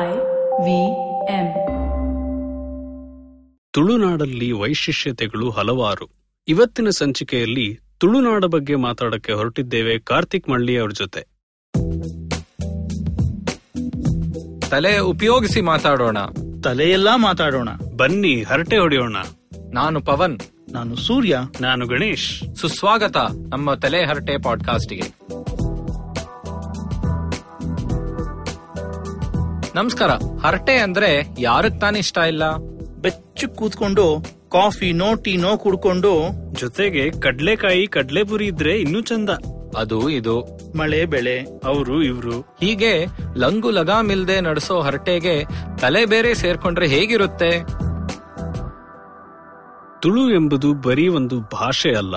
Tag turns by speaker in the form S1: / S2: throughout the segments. S1: I V M
S2: ತುಳುನಾಡಲ್ಲಿ ವೈಶಿಷ್ಟ್ಯತೆಗಳು ಹಲವಾರು ಇವತ್ತಿನ ಸಂಚಿಕೆಯಲ್ಲಿ ತುಳುನಾಡ ಬಗ್ಗೆ ಮಾತಾಡಕ್ಕೆ ಹೊರಟಿದ್ದೇವೆ ಕಾರ್ತಿಕ್ ಮಳ್ಳಿ ಅವ್ರ ಜೊತೆ
S3: ತಲೆ ಉಪಯೋಗಿಸಿ ಮಾತಾಡೋಣ
S4: ತಲೆಯೆಲ್ಲಾ ಮಾತಾಡೋಣ
S2: ಬನ್ನಿ ಹರಟೆ ಹೊಡೆಯೋಣ
S3: ನಾನು ಪವನ್
S4: ನಾನು ಸೂರ್ಯ
S2: ನಾನು ಗಣೇಶ್
S3: ಸುಸ್ವಾಗತ ನಮ್ಮ ತಲೆ ಹರಟೆ ಪಾಡ್ಕಾಸ್ಟ್ಗೆ ನಮಸ್ಕಾರ ಹರಟೆ ಅಂದ್ರೆ ಯಾರಕ್ ತಾನೇ ಇಷ್ಟ ಇಲ್ಲ
S4: ಬೆಚ್ಚು ಕೂತ್ಕೊಂಡು ಕಾಫಿನೋ ಟೀನೋ ಕುಡ್ಕೊಂಡು
S2: ಜೊತೆಗೆ ಕಡ್ಲೆಕಾಯಿ ಕಡ್ಲೆಪುರಿ ಇದ್ರೆ ಇನ್ನೂ ಚಂದ
S3: ಅದು ಇದು
S4: ಮಳೆ ಬೆಳೆ
S2: ಅವರು ಇವ್ರು
S3: ಹೀಗೆ ಲಂಗು ಲಗಾಮಿಲ್ದೆ ನಡೆಸೋ ಹರಟೆಗೆ ತಲೆ ಬೇರೆ ಸೇರ್ಕೊಂಡ್ರೆ ಹೇಗಿರುತ್ತೆ
S2: ತುಳು ಎಂಬುದು ಬರೀ ಒಂದು ಭಾಷೆ ಅಲ್ಲ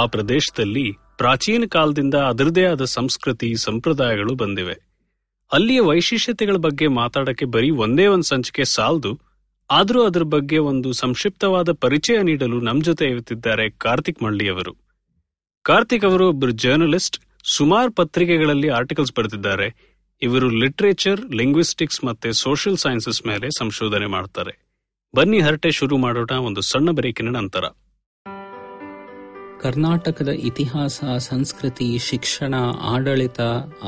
S2: ಆ ಪ್ರದೇಶದಲ್ಲಿ ಪ್ರಾಚೀನ ಕಾಲದಿಂದ ಅದರದೇ ಆದ ಸಂಸ್ಕೃತಿ ಸಂಪ್ರದಾಯಗಳು ಬಂದಿವೆ ಅಲ್ಲಿಯ ವೈಶಿಷ್ಟ್ಯತೆಗಳ ಬಗ್ಗೆ ಮಾತಾಡಕ್ಕೆ ಬರೀ ಒಂದೇ ಒಂದು ಸಂಚಿಕೆ ಸಾಲದು ಆದರೂ ಅದರ ಬಗ್ಗೆ ಒಂದು ಸಂಕ್ಷಿಪ್ತವಾದ ಪರಿಚಯ ನೀಡಲು ನಮ್ಮ ಜೊತೆ ಇರುತ್ತಿದ್ದಾರೆ ಕಾರ್ತಿಕ್ ಮಳ್ಳಿಯವರು ಕಾರ್ತಿಕ್ ಅವರು ಒಬ್ಬರು ಜರ್ನಲಿಸ್ಟ್ ಸುಮಾರು ಪತ್ರಿಕೆಗಳಲ್ಲಿ ಆರ್ಟಿಕಲ್ಸ್ ಬರೆದಿದ್ದಾರೆ ಇವರು ಲಿಟ್ರೇಚರ್ ಲಿಂಗ್ವಿಸ್ಟಿಕ್ಸ್ ಮತ್ತೆ ಸೋಷಿಯಲ್ ಸೈನ್ಸಸ್ ಮೇಲೆ ಸಂಶೋಧನೆ ಮಾಡ್ತಾರೆ ಬನ್ನಿ ಹರಟೆ ಶುರು ಮಾಡೋಣ ಒಂದು ಸಣ್ಣ ಬ್ರೇಕಿನ ನಂತರ
S5: ಕರ್ನಾಟಕದ ಇತಿಹಾಸ ಸಂಸ್ಕೃತಿ ಶಿಕ್ಷಣ ಆಡಳಿತ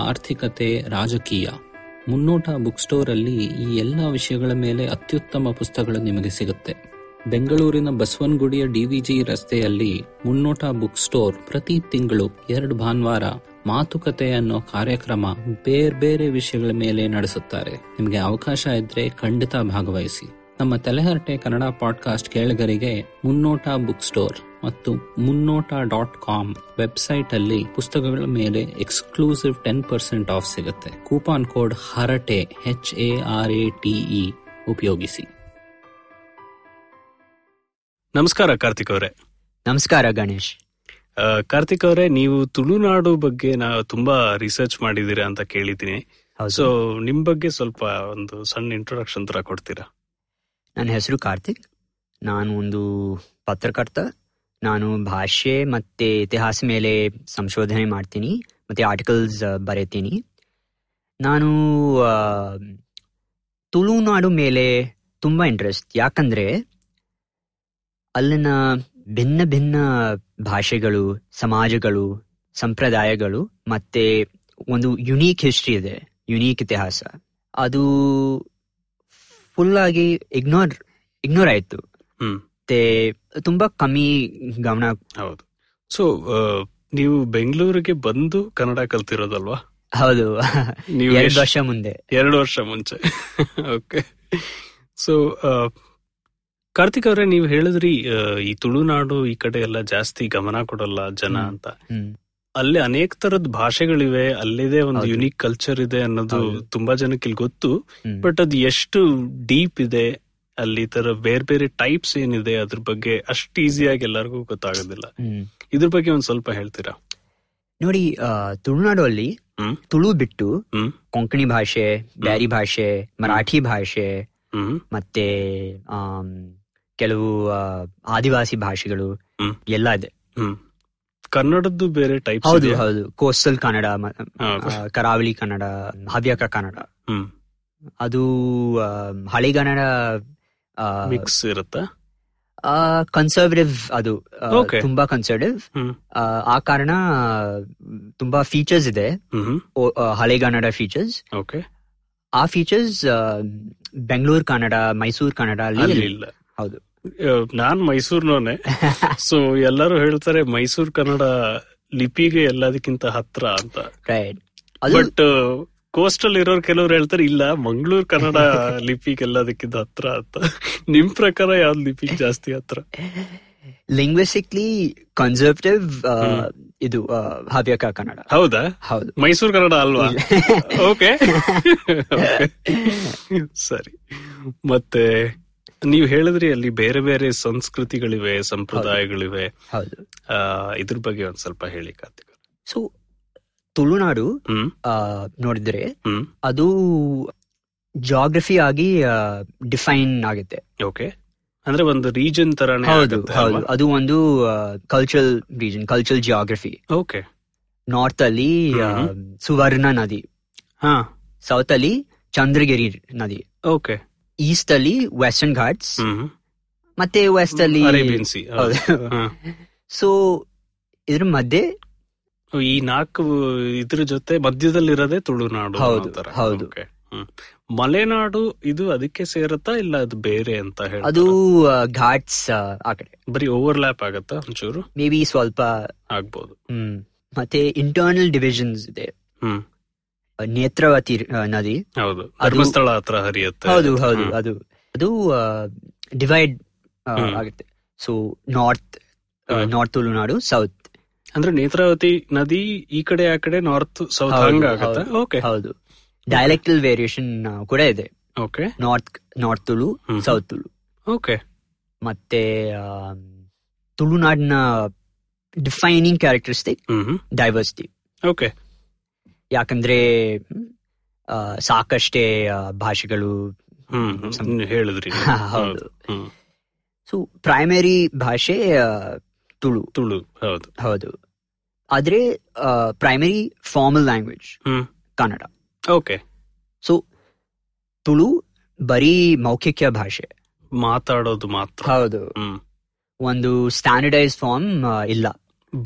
S5: ಆರ್ಥಿಕತೆ ರಾಜಕೀಯ ಮುನ್ನೋಟ ಬುಕ್ ಸ್ಟೋರಲ್ಲಿ ಈ ಎಲ್ಲ ವಿಷಯಗಳ ಮೇಲೆ ಅತ್ಯುತ್ತಮ ಪುಸ್ತಕಗಳು ನಿಮಗೆ ಸಿಗುತ್ತೆ ಬೆಂಗಳೂರಿನ ಬಸವನಗುಡಿಯ ಡಿವಿಜಿ ರಸ್ತೆಯಲ್ಲಿ ಮುನ್ನೋಟ ಬುಕ್ ಸ್ಟೋರ್ ಪ್ರತಿ ತಿಂಗಳು ಎರಡು ಭಾನುವಾರ ಮಾತುಕತೆ ಅನ್ನೋ ಕಾರ್ಯಕ್ರಮ ಬೇರೆ ಬೇರೆ ವಿಷಯಗಳ ಮೇಲೆ ನಡೆಸುತ್ತಾರೆ ನಿಮಗೆ ಅವಕಾಶ ಇದ್ರೆ ಖಂಡಿತ ಭಾಗವಹಿಸಿ ನಮ್ಮ ತಲೆಹರಟೆ ಕನ್ನಡ ಪಾಡ್ಕಾಸ್ಟ್ ಕೇಳಿಗರಿಗೆ ಮುನ್ನೋಟ ಬುಕ್ ಸ್ಟೋರ್ ಮತ್ತು ಮುನ್ನೋಟ ಡಾಟ್ ಕಾಮ್ ವೆಬ್ಸೈಟ್ ಅಲ್ಲಿ ಪುಸ್ತಕಗಳ ಮೇಲೆ ಎಕ್ಸ್ಕ್ಲೂಸಿವ್ ಟೆನ್ ಪರ್ಸೆಂಟ್ ಆಫ್ ಸಿಗುತ್ತೆ coupon code Harate H A R A T E E, ಉಪಯೋಗಿಸಿ
S2: ನಮಸ್ಕಾರ ಕಾರ್ತಿಕ್ ಅವರೇ
S6: ನಮಸ್ಕಾರ ಗಣೇಶ್
S2: ಆ, ಕಾರ್ತಿಕ್ ಅವರೇ ನೀವು ತುಳುನಾಡು ಬಗ್ಗೆ ನಾ ತುಂಬಾ ರಿಸರ್ಚ್ ಮಾಡಿದೀರಾ ಅಂತ ಕೇಳಿದ್ದೀನಿ
S6: ಹೌದು.
S2: ಸೊ ನಿಮ್ ಬಗ್ಗೆ ಸ್ವಲ್ಪ ಒಂದು ಸಣ್ಣ ಇಂಟ್ರೊಡಕ್ಷನ್ ತರ ಕೊಡ್ತೀರಾ
S6: ನನ್ನ ಹೆಸರು ಕಾರ್ತಿಕ್ ನಾನು ಒಂದು ಪತ್ರಕರ್ತ ನಾನು ಭಾಷೆ ಮತ್ತು ಇತಿಹಾಸ ಮೇಲೆ ಸಂಶೋಧನೆ ಮಾಡ್ತೀನಿ ಮತ್ತು ಆರ್ಟಿಕಲ್ಸ್ ಬರೀತೀನಿ ನಾನು ಆ, ತುಳುನಾಡು ಮೇಲೆ ತುಂಬ ಇಂಟ್ರೆಸ್ಟ್ ಯಾಕಂದರೆ ಅಲ್ಲಿನ ಭಿನ್ನ ಭಿನ್ನ ಭಾಷೆಗಳು ಸಮಾಜಗಳು ಸಂಪ್ರದಾಯಗಳು ಮತ್ತು ಒಂದು ಯುನೀಕ್ ಹಿಸ್ಟ್ರಿ ಇದೆ ಯುನೀಕ್ ಇತಿಹಾಸ ಅದು ಫುಲ್ ಆಗಿ ಇಗ್ನೋರ್ ಇಗ್ನೋರ್ ಆಯ್ತು
S2: ಹ್ಮ್.
S6: ಮತ್ತೆ ತುಂಬಾ ಕಮ್ಮಿ ಗಮನ
S2: ಹೌದು ಸೊ ನೀವು ಬೆಂಗಳೂರಿಗೆ ಬಂದು ಕನ್ನಡ ಕಲ್ತಿರೋದಲ್ವಾ
S6: ಹೌದು
S2: ನೀವು
S6: ಎರಡು
S2: ಎಷ್ಟ್-
S6: ವರ್ಷ ಮುಂದೆ
S2: ಎರಡು ವರ್ಷ ಮುಂಚೆ ಓಕೆ ಸೊ ಕಾರ್ತಿಕ್ ಅವರೇ ನೀವು ಹೇಳಿದ್ರಿ ಆ, ಈ ತುಳುನಾಡು ಈ ಕಡೆ ಎಲ್ಲ ಜಾಸ್ತಿ ಗಮನ ಕೊಡಲ್ಲ ಜನ
S6: ಹ್ಮ್.
S2: ಅಂತ
S6: ಹ್ಮ್.
S2: ಅಲ್ಲಿ ಅನೇಕ ತರದ ಭಾಷೆಗಳಿವೆ ಅಲ್ಲಿದೆ ಒಂದು
S6: ಹೌದು.
S2: ಯುನೀಕ್ ಕಲ್ಚರ್ ಇದೆ ಅನ್ನೋದು
S6: ಹೌದು.
S2: ತುಂಬಾ ಜನಕ್ಕೆ ಇಲ್ಲಿ ಗೊತ್ತು
S6: ಹ್ಮ್.
S2: ಬಟ್ ಅದು ಎಷ್ಟು ಡೀಪ್ ಇದೆ ಅಲ್ಲಿ ತರ ಬೇರೆ ಬೇರೆ ಟೈಪ್ಸ್ ಏನಿದೆ ಅದ್ರ ಬಗ್ಗೆ ಅಷ್ಟು ಈಸಿಯಾಗಿ ಎಲ್ಲರಿಗೂ ಗೊತ್ತಾಗೋದಿಲ್ಲ
S6: ಹ್ಮ್.
S2: ಇದ್ರ ಬಗ್ಗೆ ಒಂದ್ ಸ್ವಲ್ಪ ಹೇಳ್ತೀರಾ
S6: ನೋಡಿ ಆ, ತುಳುನಾಡು ಅಲ್ಲಿ
S2: ಹ್ಮ್.
S6: ತುಳು ಬಿಟ್ಟು
S2: ಹ್ಮ್.
S6: ಕೊಂಕಣಿ ಭಾಷೆ ಬ್ಯಾರಿ ಭಾಷೆ ಮರಾಠಿ ಭಾಷೆ
S2: ಹ್ಮ್
S6: ಮತ್ತೆ ಆಮ್, ಕೆಲವು ಆ, ಆದಿವಾಸಿ ಭಾಷೆಗಳು
S2: ಹ್ಮ್.
S6: ಎಲ್ಲ ಇದೆ
S2: ಹ್ಮ್ ಕನ್ನಡದ್ದು ಬೇರೆ ಟೈಪ್ಸ್
S6: ಹೌದು ಹೌದು ಕೋಸ್ಟಲ್ ಕನ್ನಡ ಮ-
S2: ಹೌದು.
S6: ಆ, ಕರಾವಳಿ ಕನ್ನಡ ಹವ್ಯಕ ಕನ್ನಡ
S2: ಹ್ಮ್
S6: ಅದು ಆ, ಹಳೆಗನ್ನಡ ಆ,
S2: ಮಿಕ್ಸ್ ಇರುತ್ತಾ
S6: ಕನ್ಸರ್ವೇಟಿವ್ ಅದು ಆ,
S2: Okay.
S6: ತುಂಬಾ ಕನ್ಸರ್ವೇಟಿವ್
S2: ಹ್ಮ್.
S6: ಆ ಕಾರಣ ಆ, ತುಂಬಾ ಫೀಚರ್ಸ್ ಇದೆ
S2: ಹ್ಮ್
S6: ಓ- ಆ, ಹಳೆಗನ್ನಡ ಫೀಚರ್ಸ್
S2: ಓಕೆ
S6: ಆ ಫೀಚರ್ಸ್ ಬೆಂಗಳೂರು ಕನ್ನಡ ಮೈಸೂರು ಕನ್ನಡ ಅಲ್ಲಿ
S2: ಅಲ್ಲಿ
S6: ಇಲ್ಲ.
S2: ಇಲ್ಲ
S6: ಹೌದು
S2: ಆ, ನಾನ್ ಮೈಸೂರ್ನೋನೆ ಸೊ ಎಲ್ಲರೂ ಹೇಳ್ತಾರೆ ಮೈಸೂರ್ ಕನ್ನಡ ಲಿಪಿಗೆ ಎಲ್ಲದಕ್ಕಿಂತ ಹತ್ರ ಅಂತ
S6: ರೈಟ್ ಅದು
S2: ಬಟ್ ಕೋಸ್ಟಲ್ ಇರೋರು ಕೆಲವ್ರು ಹೇಳ್ತಾರೆ ಇಲ್ಲ ಮಂಗಳೂರು ಕನ್ನಡ ಲಿಪಿಗೆ ಎಲ್ಲದಕ್ಕಿಂತ ಹತ್ರ ಅಂತ ನಿಮ್ ಪ್ರಕಾರ ಯಾವ್ದು ಲಿಪಿಗೆ ಜಾಸ್ತಿ ಹತ್ರ
S6: ಲಿಂಗ್ವಿಸ್ಟಿಕ್ಲಿ ಕನ್ಸರ್ವೇಟಿವ್ ಇದು ಆ, ಹವ್ಯಕ ಕನ್ನಡ
S2: ಹೌದಾ
S6: ಹೌದು
S2: ಮೈಸೂರು ಕನ್ನಡ ಅಲ್ವಾ ಓಕೆ ಸರಿ ಮತ್ತೆ ನೀವು ಹೇಳಿದ್ರಿ ಅಲ್ಲಿ ಬೇರೆ ಬೇರೆ ಸಂಸ್ಕೃತಿಗಳಿವೆ ಸಂಪ್ರದಾಯಗಳಿವೆ
S6: ಹೌದು
S2: ಆ, ಇದ್ರ ಬಗ್ಗೆ ಒಂದ್ ಸ್ವಲ್ಪ ಹೇಳಿ ಕಾರ್ತಿಕ್
S6: ಸೊ ತುಳುನಾಡು
S2: ಹ್ಮ್
S6: ಆ, ನೋಡಿದ್ರೆ
S2: ಹ್ಮ್
S6: ಅದು ಜಾಗ್ರಫಿ ಆಗಿ ಡಿಫೈನ್ ಆಗುತ್ತೆ
S2: ಓಕೆ ಅಂದ್ರೆ ಒಂದು ರೀಜನ್ ತರಾನೇ
S6: ಹೌದು
S2: ಆಗುತ್ತೆ
S6: ಹೌದು
S2: ಅಲ್ವಾ?
S6: ಅದು ಒಂದು cultural region cultural geography
S2: okay
S6: north ಅಲ್ಲಿ ಆ, ಸುವರ್ಣ ನದಿ
S2: ಹಾ
S6: ಸೌತ್ ಅಲ್ಲಿ ಚಂದ್ರಗಿರಿ ನದಿ
S2: ಓಕೆ
S6: ಈಸ್ಟ್ ಅಲ್ಲಿ ವೆಸ್ಟರ್ನ್ ಘಾಟ್ಸ್
S2: ಹ್ಮ್
S6: ಮತ್ತೆ ವೆಸ್ಟ್ ಅಲ್ಲಿ
S2: ಅರೇಬಿಯನ್ ಸಿ ಹೌದು.
S6: ಹೌದು.
S2: ಹಾ.
S6: ಸೊ ಇದ್ರ ಮಧ್ಯೆ
S2: ಈ ನಾಲ್ಕು ಇದ್ರ ಜೊತೆ ಮಧ್ಯದಲ್ಲಿರೋದೇ ತುಳುನಾಡು ಅನ್ನೋ
S6: ಹೌದು,
S2: ತರ.
S6: ಹೌದು.
S2: Okay. ಹ್ಮ್. ಮಲೆನಾಡು ಇದು ಅದಕ್ಕೆ ಸೇರತ್ತಾ ಇಲ್ಲ ಅದು ಬೇರೆ ಅಂತ ಹೇಳಿ
S6: ಅದು ಘಾಟ್ಸ್ ಆ ಕಡೆ
S2: ಬರೀ ಓವರ್ಲ್ಯಾಪ್ ಆಗತ್ತಾ ಒಂಚೂರು
S6: ಮೇ ಬಿ ಸ್ವಲ್ಪ
S2: ಆಗ್ಬೋದು
S6: ಹ್ಮ್ ಮತ್ತೆ ಇಂಟರ್ನಲ್ ಡಿವಿಷನ್ಸ್ ಇದೆ
S2: ಹ್ಮ್
S6: ನೇತ್ರಾವತಿ ಆ, ನದಿ
S2: ಹೌದು ಧರ್ಮಸ್ಥಳ ಹತ್ರ ಹರಿಯುತ್ತೆ
S6: ಹೌದು ಹೌದು
S2: ಹ್ಮ್.
S6: ಅದು ಅದು ಡಿವೈಡ್
S2: ಹ್ಮ್.
S6: ಆಗುತ್ತೆ ಸೊ ನಾರ್ತ್
S2: ಹ್ಮ್.
S6: ನಾರ್ತ್ ತುಳುನಾಡು ಸೌತ್
S2: ಅಂದ್ರೆ ನೇತ್ರಾವತಿ ನದಿ ಈ ಕಡೆ ಆ ಕಡೆ ನಾರ್ತ್ ಸೌತ್
S6: ಹೌದು,
S2: ಹಂಗ ಆಗತ್ತಾ
S6: ಹೌದು.
S2: ಓಕೆ
S6: ಹೌದು ಡೈಲೆಕ್ಟಲ್ ವೇರಿಯೇಷನ್ ಕೂಡ ಇದೆ
S2: ಓಕೆ
S6: ನಾರ್ತ್ ನಾರ್ತ್ ತುಳು
S2: ಹ್ಮ್.
S6: ಸೌತ್ ತುಳು
S2: ಓಕೆ
S6: ಮತ್ತೆ ಆ, ತುಳುನಾಡಿನ ಡಿಫೈನಿಂಗ್ ಕ್ಯಾರೆಕ್ಟರಿಸ್ಟಿಕ್
S2: ಹ್ಮ್
S6: ಡೈವರ್ಸಿಟಿ
S2: ಓಕೆ
S6: ಯಾಕಂದ್ರೆ ಆ, ಸಾಕಷ್ಟೇ ಆ, ಭಾಷೆಗಳು
S2: ಹ್ಮ್ ನೀವ್ ಹೇಳಿದ್ರಿ ನೀವು.
S6: ಹೌದು
S2: ಹ್ಮ್
S6: ಸೊ ಪ್ರೈಮರಿ ಭಾಷೆ ಆ, ತುಳು
S2: ತುಳು ಹೌದು
S6: ಹೌದು ಆದ್ರೆ ಪ್ರೈಮರಿ ಫಾರ್ಮಲ್ ಲ್ಯಾಂಗ್ವೇಜ್
S2: ಹ್ಮ್
S6: ಕನ್ನಡ
S2: ಓಕೆ
S6: ಸೊ ತುಳು ಬರೀ ಮೌಖಿಕ ಭಾಷೆ
S2: ಮಾತಾಡೋದು ಮಾತ್ರ
S6: ಹೌದು
S2: ಹ್ಮ್
S6: ಒಂದು ಸ್ಟ್ಯಾಂಡರ್ಡೈಸ್ ಫಾರ್ಮ್ ಇಲ್ಲ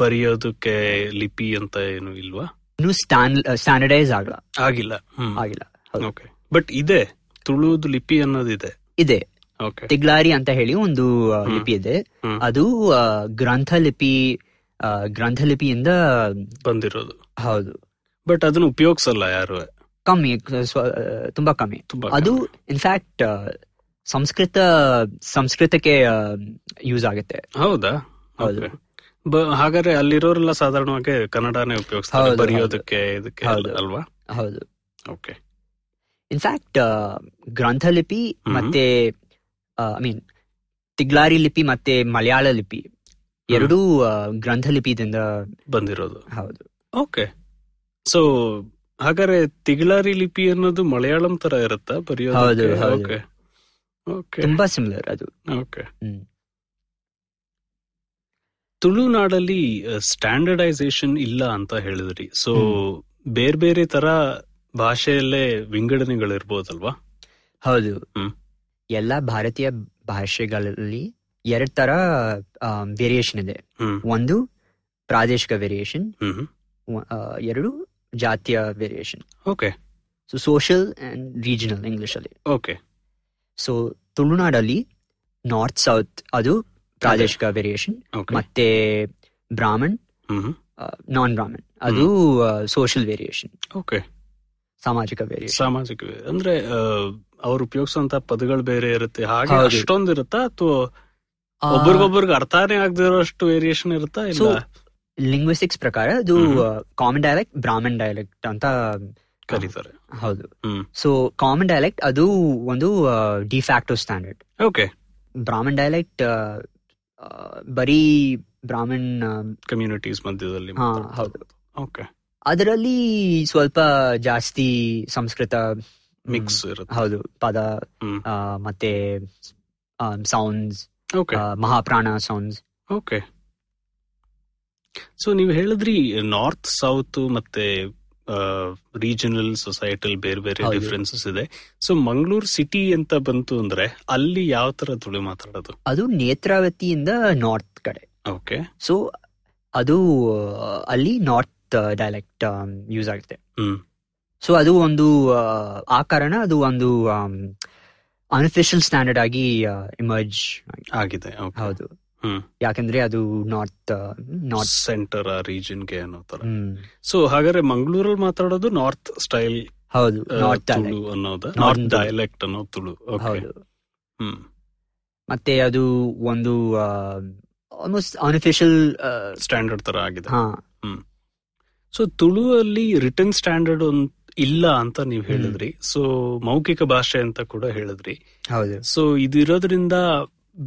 S2: ಬರೆಯೋದಕ್ಕೆ ಲಿಪಿ ಅಂತ ಏನು ಇಲ್ವಾ
S6: ಇನ್ನು ಸ್ಟ್ಯಾಂಡರ್ಡೈಸ್ ಆಗಲ್ಲ
S2: ಆಗಿಲ್ಲ ಹ್ಮ್
S6: ಆಗಿಲ್ಲ ಹೌದು.
S2: ಓಕೆ ಬಟ್ ಇದೆ ತುಳುದು ಲಿಪಿ ಅನ್ನೋದಿದೆ
S6: ಇದೆ
S2: ಓಕೆ
S6: ತಿಗ್ಲಾರಿ ಅಂತ ಹೇಳಿ ಒಂದು ಆ,
S2: ಹ್ಮ್.
S6: ಲಿಪಿ ಇದೆ
S2: ಹ್ಮ್.
S6: ಅದು ಆ, ಗ್ರಂಥಲಿಪಿ ಆ, ಗ್ರಂಥಲಿಪಿಯಿಂದ
S2: ಬಂದಿರೋದು
S6: ಹೌದು
S2: ಬಟ್ ಅದನ್ನ ಉಪಯೋಗಿಸಲ್ಲ ಯಾರು
S6: ಕಮ್ಮಿ ಸ್ವ- ಆ, ತುಂಬಾ ಕಮ್ಮಿ
S2: ತುಂಬಾ
S6: ಅದು ಇನ್ಫ್ಯಾಕ್ಟ್ ಸಂಸ್ಕೃತ ಸಂಸ್ಕೃತಕ್ಕೆ ಯೂಸ್ ಆಗುತ್ತೆ
S2: ಕಮ್ಮಿ. ಹೌದಾ
S6: ಹೌದು.
S2: Okay. ಬ- ಹಾಗಾದ್ರೆ ಅಲ್ಲಿರೋರೆಲ್ಲ ಸಾಧಾರಣವಾಗಿ ಕನ್ನಡನೇ ಉಪಯೋಗಿಸ್ತಾರೆ
S6: ಹೌದು,
S2: ಬರೆಯೋದಕ್ಕೆ ಇದಕ್ಕೆ
S6: ಹೌದು.
S2: ಅಲ್ವಾ
S6: ಹೌದು
S2: ಓಕೆ
S6: ಇನ್ಫ್ಯಾಕ್ಟ್ ಗ್ರಂಥಲಿಪಿ
S2: ಹ್ಮ್.
S6: ಮತ್ತೆ ಐ ಮೀನ್ ತಿಗ್ಲಾರಿ ಲಿಪಿ ಮತ್ತೆ ಮಲಯಾಳ ಲಿಪಿ ಎರಡೂ ಆ, ಗ್ರಂಥಲಿಪಿದಿಂದ
S2: ಬಂದಿರೋದು
S6: ಹೌದು
S2: ಓಕೆ ಸೊ ಹಾಗಾದ್ರೆ ತಿಗಳಾರಿ ಲಿಪಿ ಅನ್ನೋದು ಮಲಯಾಳಂ ತರ ಇರುತ್ತಾ
S6: ಹೌದು,
S2: ಬರೆಯೋದು
S6: ಹೌದು.
S2: ಓಕೆ ಓಕೆ
S6: ತುಂಬಾ ಸಿಮಿಲರ್ ಅದು
S2: ಓಕೆ
S6: ಹ್ಮ್.
S2: ತುಳುನಾಡಲ್ಲಿ ಸ್ಟ್ಯಾಂಡರ್ಡೈಸೇಷನ್ ಇಲ್ಲ ಅಂತ ಹೇಳಿದ್ರಿ ಸೊ ಬೇರೆ ಬೇರೆ ತರ ಭಾಷೆಯಲ್ಲೇ ವಿಂಗಡಣೆಗಳಿರ್ಬೋದಲ್ವಾ
S6: ಹೌದು
S2: ಹ್ಮ್.
S6: ಎಲ್ಲ ಭಾರತೀಯ ಭಾಷೆಗಳಲ್ಲಿ ಎರಡ್ ತರ ವೇರಿಯೇಷನ್ ಇದೆ
S2: ಹ್ಮ್
S6: ಒಂದು ಪ್ರಾದೇಶಿಕ ವೇರಿಯೇಷನ್
S2: ಹ್ಮ್
S6: ಎರಡು ಜಾತಿಯ variation
S2: okay
S6: so social and regional English ಅಲ್ಲಿ
S2: ಓಕೆ
S6: ಸೊ ತುಳುನಾಡಲ್ಲಿ ನಾರ್ತ್ ಸೌತ್ ಅದು ಪ್ರಾದೇಶಿಕ ವೇರಿಯೇಷನ್
S2: ಓಕೆ
S6: ಮತ್ತೆ ಬ್ರಾಹ್ಮಣ್
S2: ಹ್ಮ್
S6: ನಾನ್ ಬ್ರಾಹ್ಮಣ್ ಅದು ಸೋಷಿಯಲ್ ವೇರಿಯೇಷನ್
S2: ಓಕೆ
S6: ಸಾಮಾಜಿಕ ವೇರಿಯೇಷನ್
S2: ಸಾಮಾಜಿಕ ಅಂದ್ರೆ ಅವ್ರು ಉಪಯೋಗಿಸುವಂತ ಪದಗಳು ಬೇರೆ ಇರುತ್ತೆ ಹಾಗೆ
S6: ಹೌದು.
S2: ಅಷ್ಟೊಂದ್ ಇರುತ್ತಾ ಅಥವಾ ಒಬ್ರಿಗೊಬ್ರಿಗೆ ಅರ್ಥನೇ ಆಗದಿರೋಷ್ಟು ವೇರಿಯೇಷನ್ ಇರುತ್ತಾ
S6: ಸೊ
S2: ಇಲ್ಲ
S6: ಲಿಂಗ್ವಿಸ್ಟಿಕ್ಸ್ ಪ್ರಕಾರ ಅದು uh,
S2: ಹ್ಮ್.
S6: ಕಾಮನ್ ಡೈಲೆಕ್ಟ್ ಬ್ರಾಹ್ಮಣ್ ಡೈಲೆಕ್ಟ್ ಅಂತ
S2: ಕರೀತಾರೆ
S6: ಹೌದು
S2: ಹ್ಮ್.
S6: ಸೊ ಕಾಮನ್ ಡೈಲೆಕ್ಟ್ ಅದು ಒಂದು uh, de facto standard
S2: okay
S6: Brahmin dialect uh, ಬರೀ ಬ್ರಾಹ್ಮಣ್ ಆ,
S2: ಕಮ್ಯುನಿಟೀಸ್ ಮಧ್ಯದಲ್ಲಿ
S6: ಹಾ,
S2: ಮಾತಾಡ್ತಾರೆ.
S6: ಹೌದು.
S2: ಓಕೆ
S6: ಅದರಲ್ಲಿ ಸ್ವಲ್ಪ ಜಾಸ್ತಿ ಸಂಸ್ಕೃತ
S2: ಮಿಕ್ಸ್ ಇರುತ್ತೆ
S6: ಹೌದು ಪದ
S2: ಹ್ಮ್.
S6: ಆ, ಮತ್ತೆ ಸೌಂಡ್ಸ್
S2: ಓಕೆ
S6: ಮಹಾಪ್ರಾಣ ಸೌಂಡ್ಸ್
S2: ಓಕೆ ಸೊ ನೀವು ಹೇಳಿದ್ರಿ ನಾರ್ತ್ ಸೌತ್ ಮತ್ತೆ ರೀಜನಲ್ ಸೊಸೈಟಲ್ ಬೇರೆ ಬೇರೆ
S6: ಹೌದು.
S2: ಡಿಫ್ರೆನ್ಸಸ್ ಇದೆ ಸೊ ಮಂಗಳೂರು ಸಿಟಿ ಅಂತ ಬಂತು ಅಂದ್ರೆ ಅಲ್ಲಿ ಯಾವ ತರ ತುಳು ಮಾತಾಡೋದು
S6: ಅದು ನೇತ್ರಾವತಿಯಿಂದ ನಾರ್ತ್ ಕಡೆ
S2: ಓಕೆ
S6: ಸೊ ಅದು ಆ, ಅಲ್ಲಿ ನಾರ್ತ್ ಡೈಲೆಕ್ಟ್ ಯೂಸ್ ಆಗುತ್ತೆ
S2: ಹ್ಮ್
S6: ಸೊ ಅದು ಒಂದು ಆ, ಆ ಕಾರಣ ಅದು ಒಂದು ಅನ್ಫಿಷಿಯಲ್ ಸ್ಟ್ಯಾಂಡರ್ಡ್ ಆಗಿ ಇಮರ್ಜ್
S2: ಆಗಿದೆ ಓಕೆ
S6: ಹೌದು
S2: ಹ್ಮ್.
S6: ಯಾಕಂದ್ರೆ ಅದು ನಾರ್ತ್ ನಾರ್ತ್
S2: ಸೆಂಟರ್ ಆ ರೀಜನ್ ಗೆ ಅನ್ನೋ ತರ ಸೊ ಹಾಗಾದ್ರೆ ಮಂಗಳೂರಲ್ಲಿ ಮಾತಾಡೋದು ನಾರ್ತ್ ಸ್ಟೈಲ್
S6: ಹೌದು ನಾರ್ತ್
S2: ತುಳು ಅನ್ನೋದ
S6: Northern
S2: ನಾರ್ತ್
S6: ತುಳು.
S2: ಡೈಲೆಕ್ಟ್ ಅನ್ನೋ ತುಳು ಓಕೆ
S6: ಹೌದು
S2: ಹ್ಮ್
S6: ಮತ್ತೆ ಅದು ಒಂದು ಆಲ್ಮೋಸ್ಟ್ ಅನ್ಫಿಷಿಯಲ್
S2: ಸ್ಟ್ಯಾಂಡರ್ಡ್ ತರ ಆಗಿದೆ
S6: ಹಾ
S2: ಸೊ ತುಳುವಲ್ಲಿ ರಿಟರ್ನ್ ಸ್ಟ್ಯಾಂಡರ್ಡ್ ಒಂದ್ ಇಲ್ಲ ಅಂತ ನೀವು ಹೇಳಿದ್ರಿ ಸೊ ಮೌಖಿಕ ಭಾಷೆ ಅಂತ ಕೂಡ ಹೇಳಿದ್ರಿ
S6: ಹೌದು
S2: ಸೊ ಇದಿರೋದ್ರಿಂದ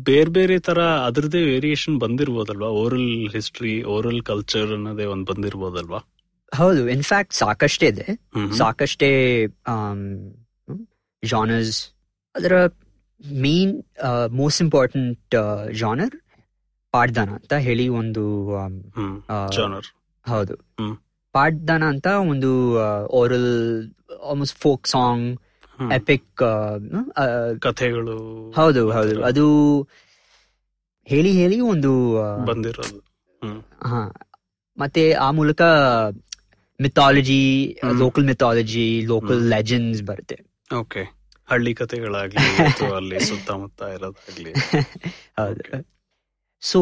S2: ಬೇರೆ ಬೇರೆ ತರ ಅದ್ರದೇ ವೇರಿಯೇಷನ್ ಬಂದಿರ್ಬೋದಲ್ವಾ ಓರಲ್ ಹಿಸ್ಟ್ರಿ ಓರಲ್ ಕಲ್ಚರ್ ಅನ್ನೋದೇ ಒಂದ್ ಬಂದಿರ್ಬೋದಲ್ವಾ
S6: ಹೌದು ಇನ್ಫ್ಯಾಕ್ಟ್ ಸಾಕಷ್ಟೇ ಇದೆ
S2: ಹ್ಮ್.
S6: ಸಾಕಷ್ಟೇ ಜಾನರ್ಸ್ ಅದರ main most important genre Paddana ಅಂತ ಹೇಳಿ ಒಂದು ಆಮ್,
S2: ಹ್ಮ್
S6: ಆ,
S2: ಜಾನರ್
S6: ಹೌದು
S2: ಹ್ಮ್.
S6: ಪಾಡ್ದನ ಅಂತ ಒಂದು ಓರಲ್ ಆಲ್ಮೋಸ್ಟ್ ಫೋಕ್ ಸಾಂಗ್
S2: ಹ್ಮ್.
S6: ಎಪಿಕ್
S2: ಕಥೆಗಳು
S6: ಹೌದು ಹೌದು ಅದು ಹೇಳಿ ಹೇಳಿ ಒಂದು ಆ,
S2: ಬಂದಿರೋದು ಹ್ಮ್
S6: ಹಾ ಮತ್ತೆ ಆ ಮೂಲಕ ಮಿಥಾಲಜಿ
S2: ಹ್ಮ್.
S6: ಲೋಕಲ್ ಮಿಥಾಲಜಿ ಲೋಕಲ್ ಲೆಜೆಂಡ್ಸ್ ಬರುತ್ತೆ
S2: ಓಕೆ ಹಳ್ಳಿ ಕಥೆಗಳಾಗ್ಲಿ ಅಥವಾ ಅಲ್ಲಿ ಸುತ್ತಮುತ್ತ ಇರೋದಾಗ್ಲಿ
S6: ಹೌದು ಸೊ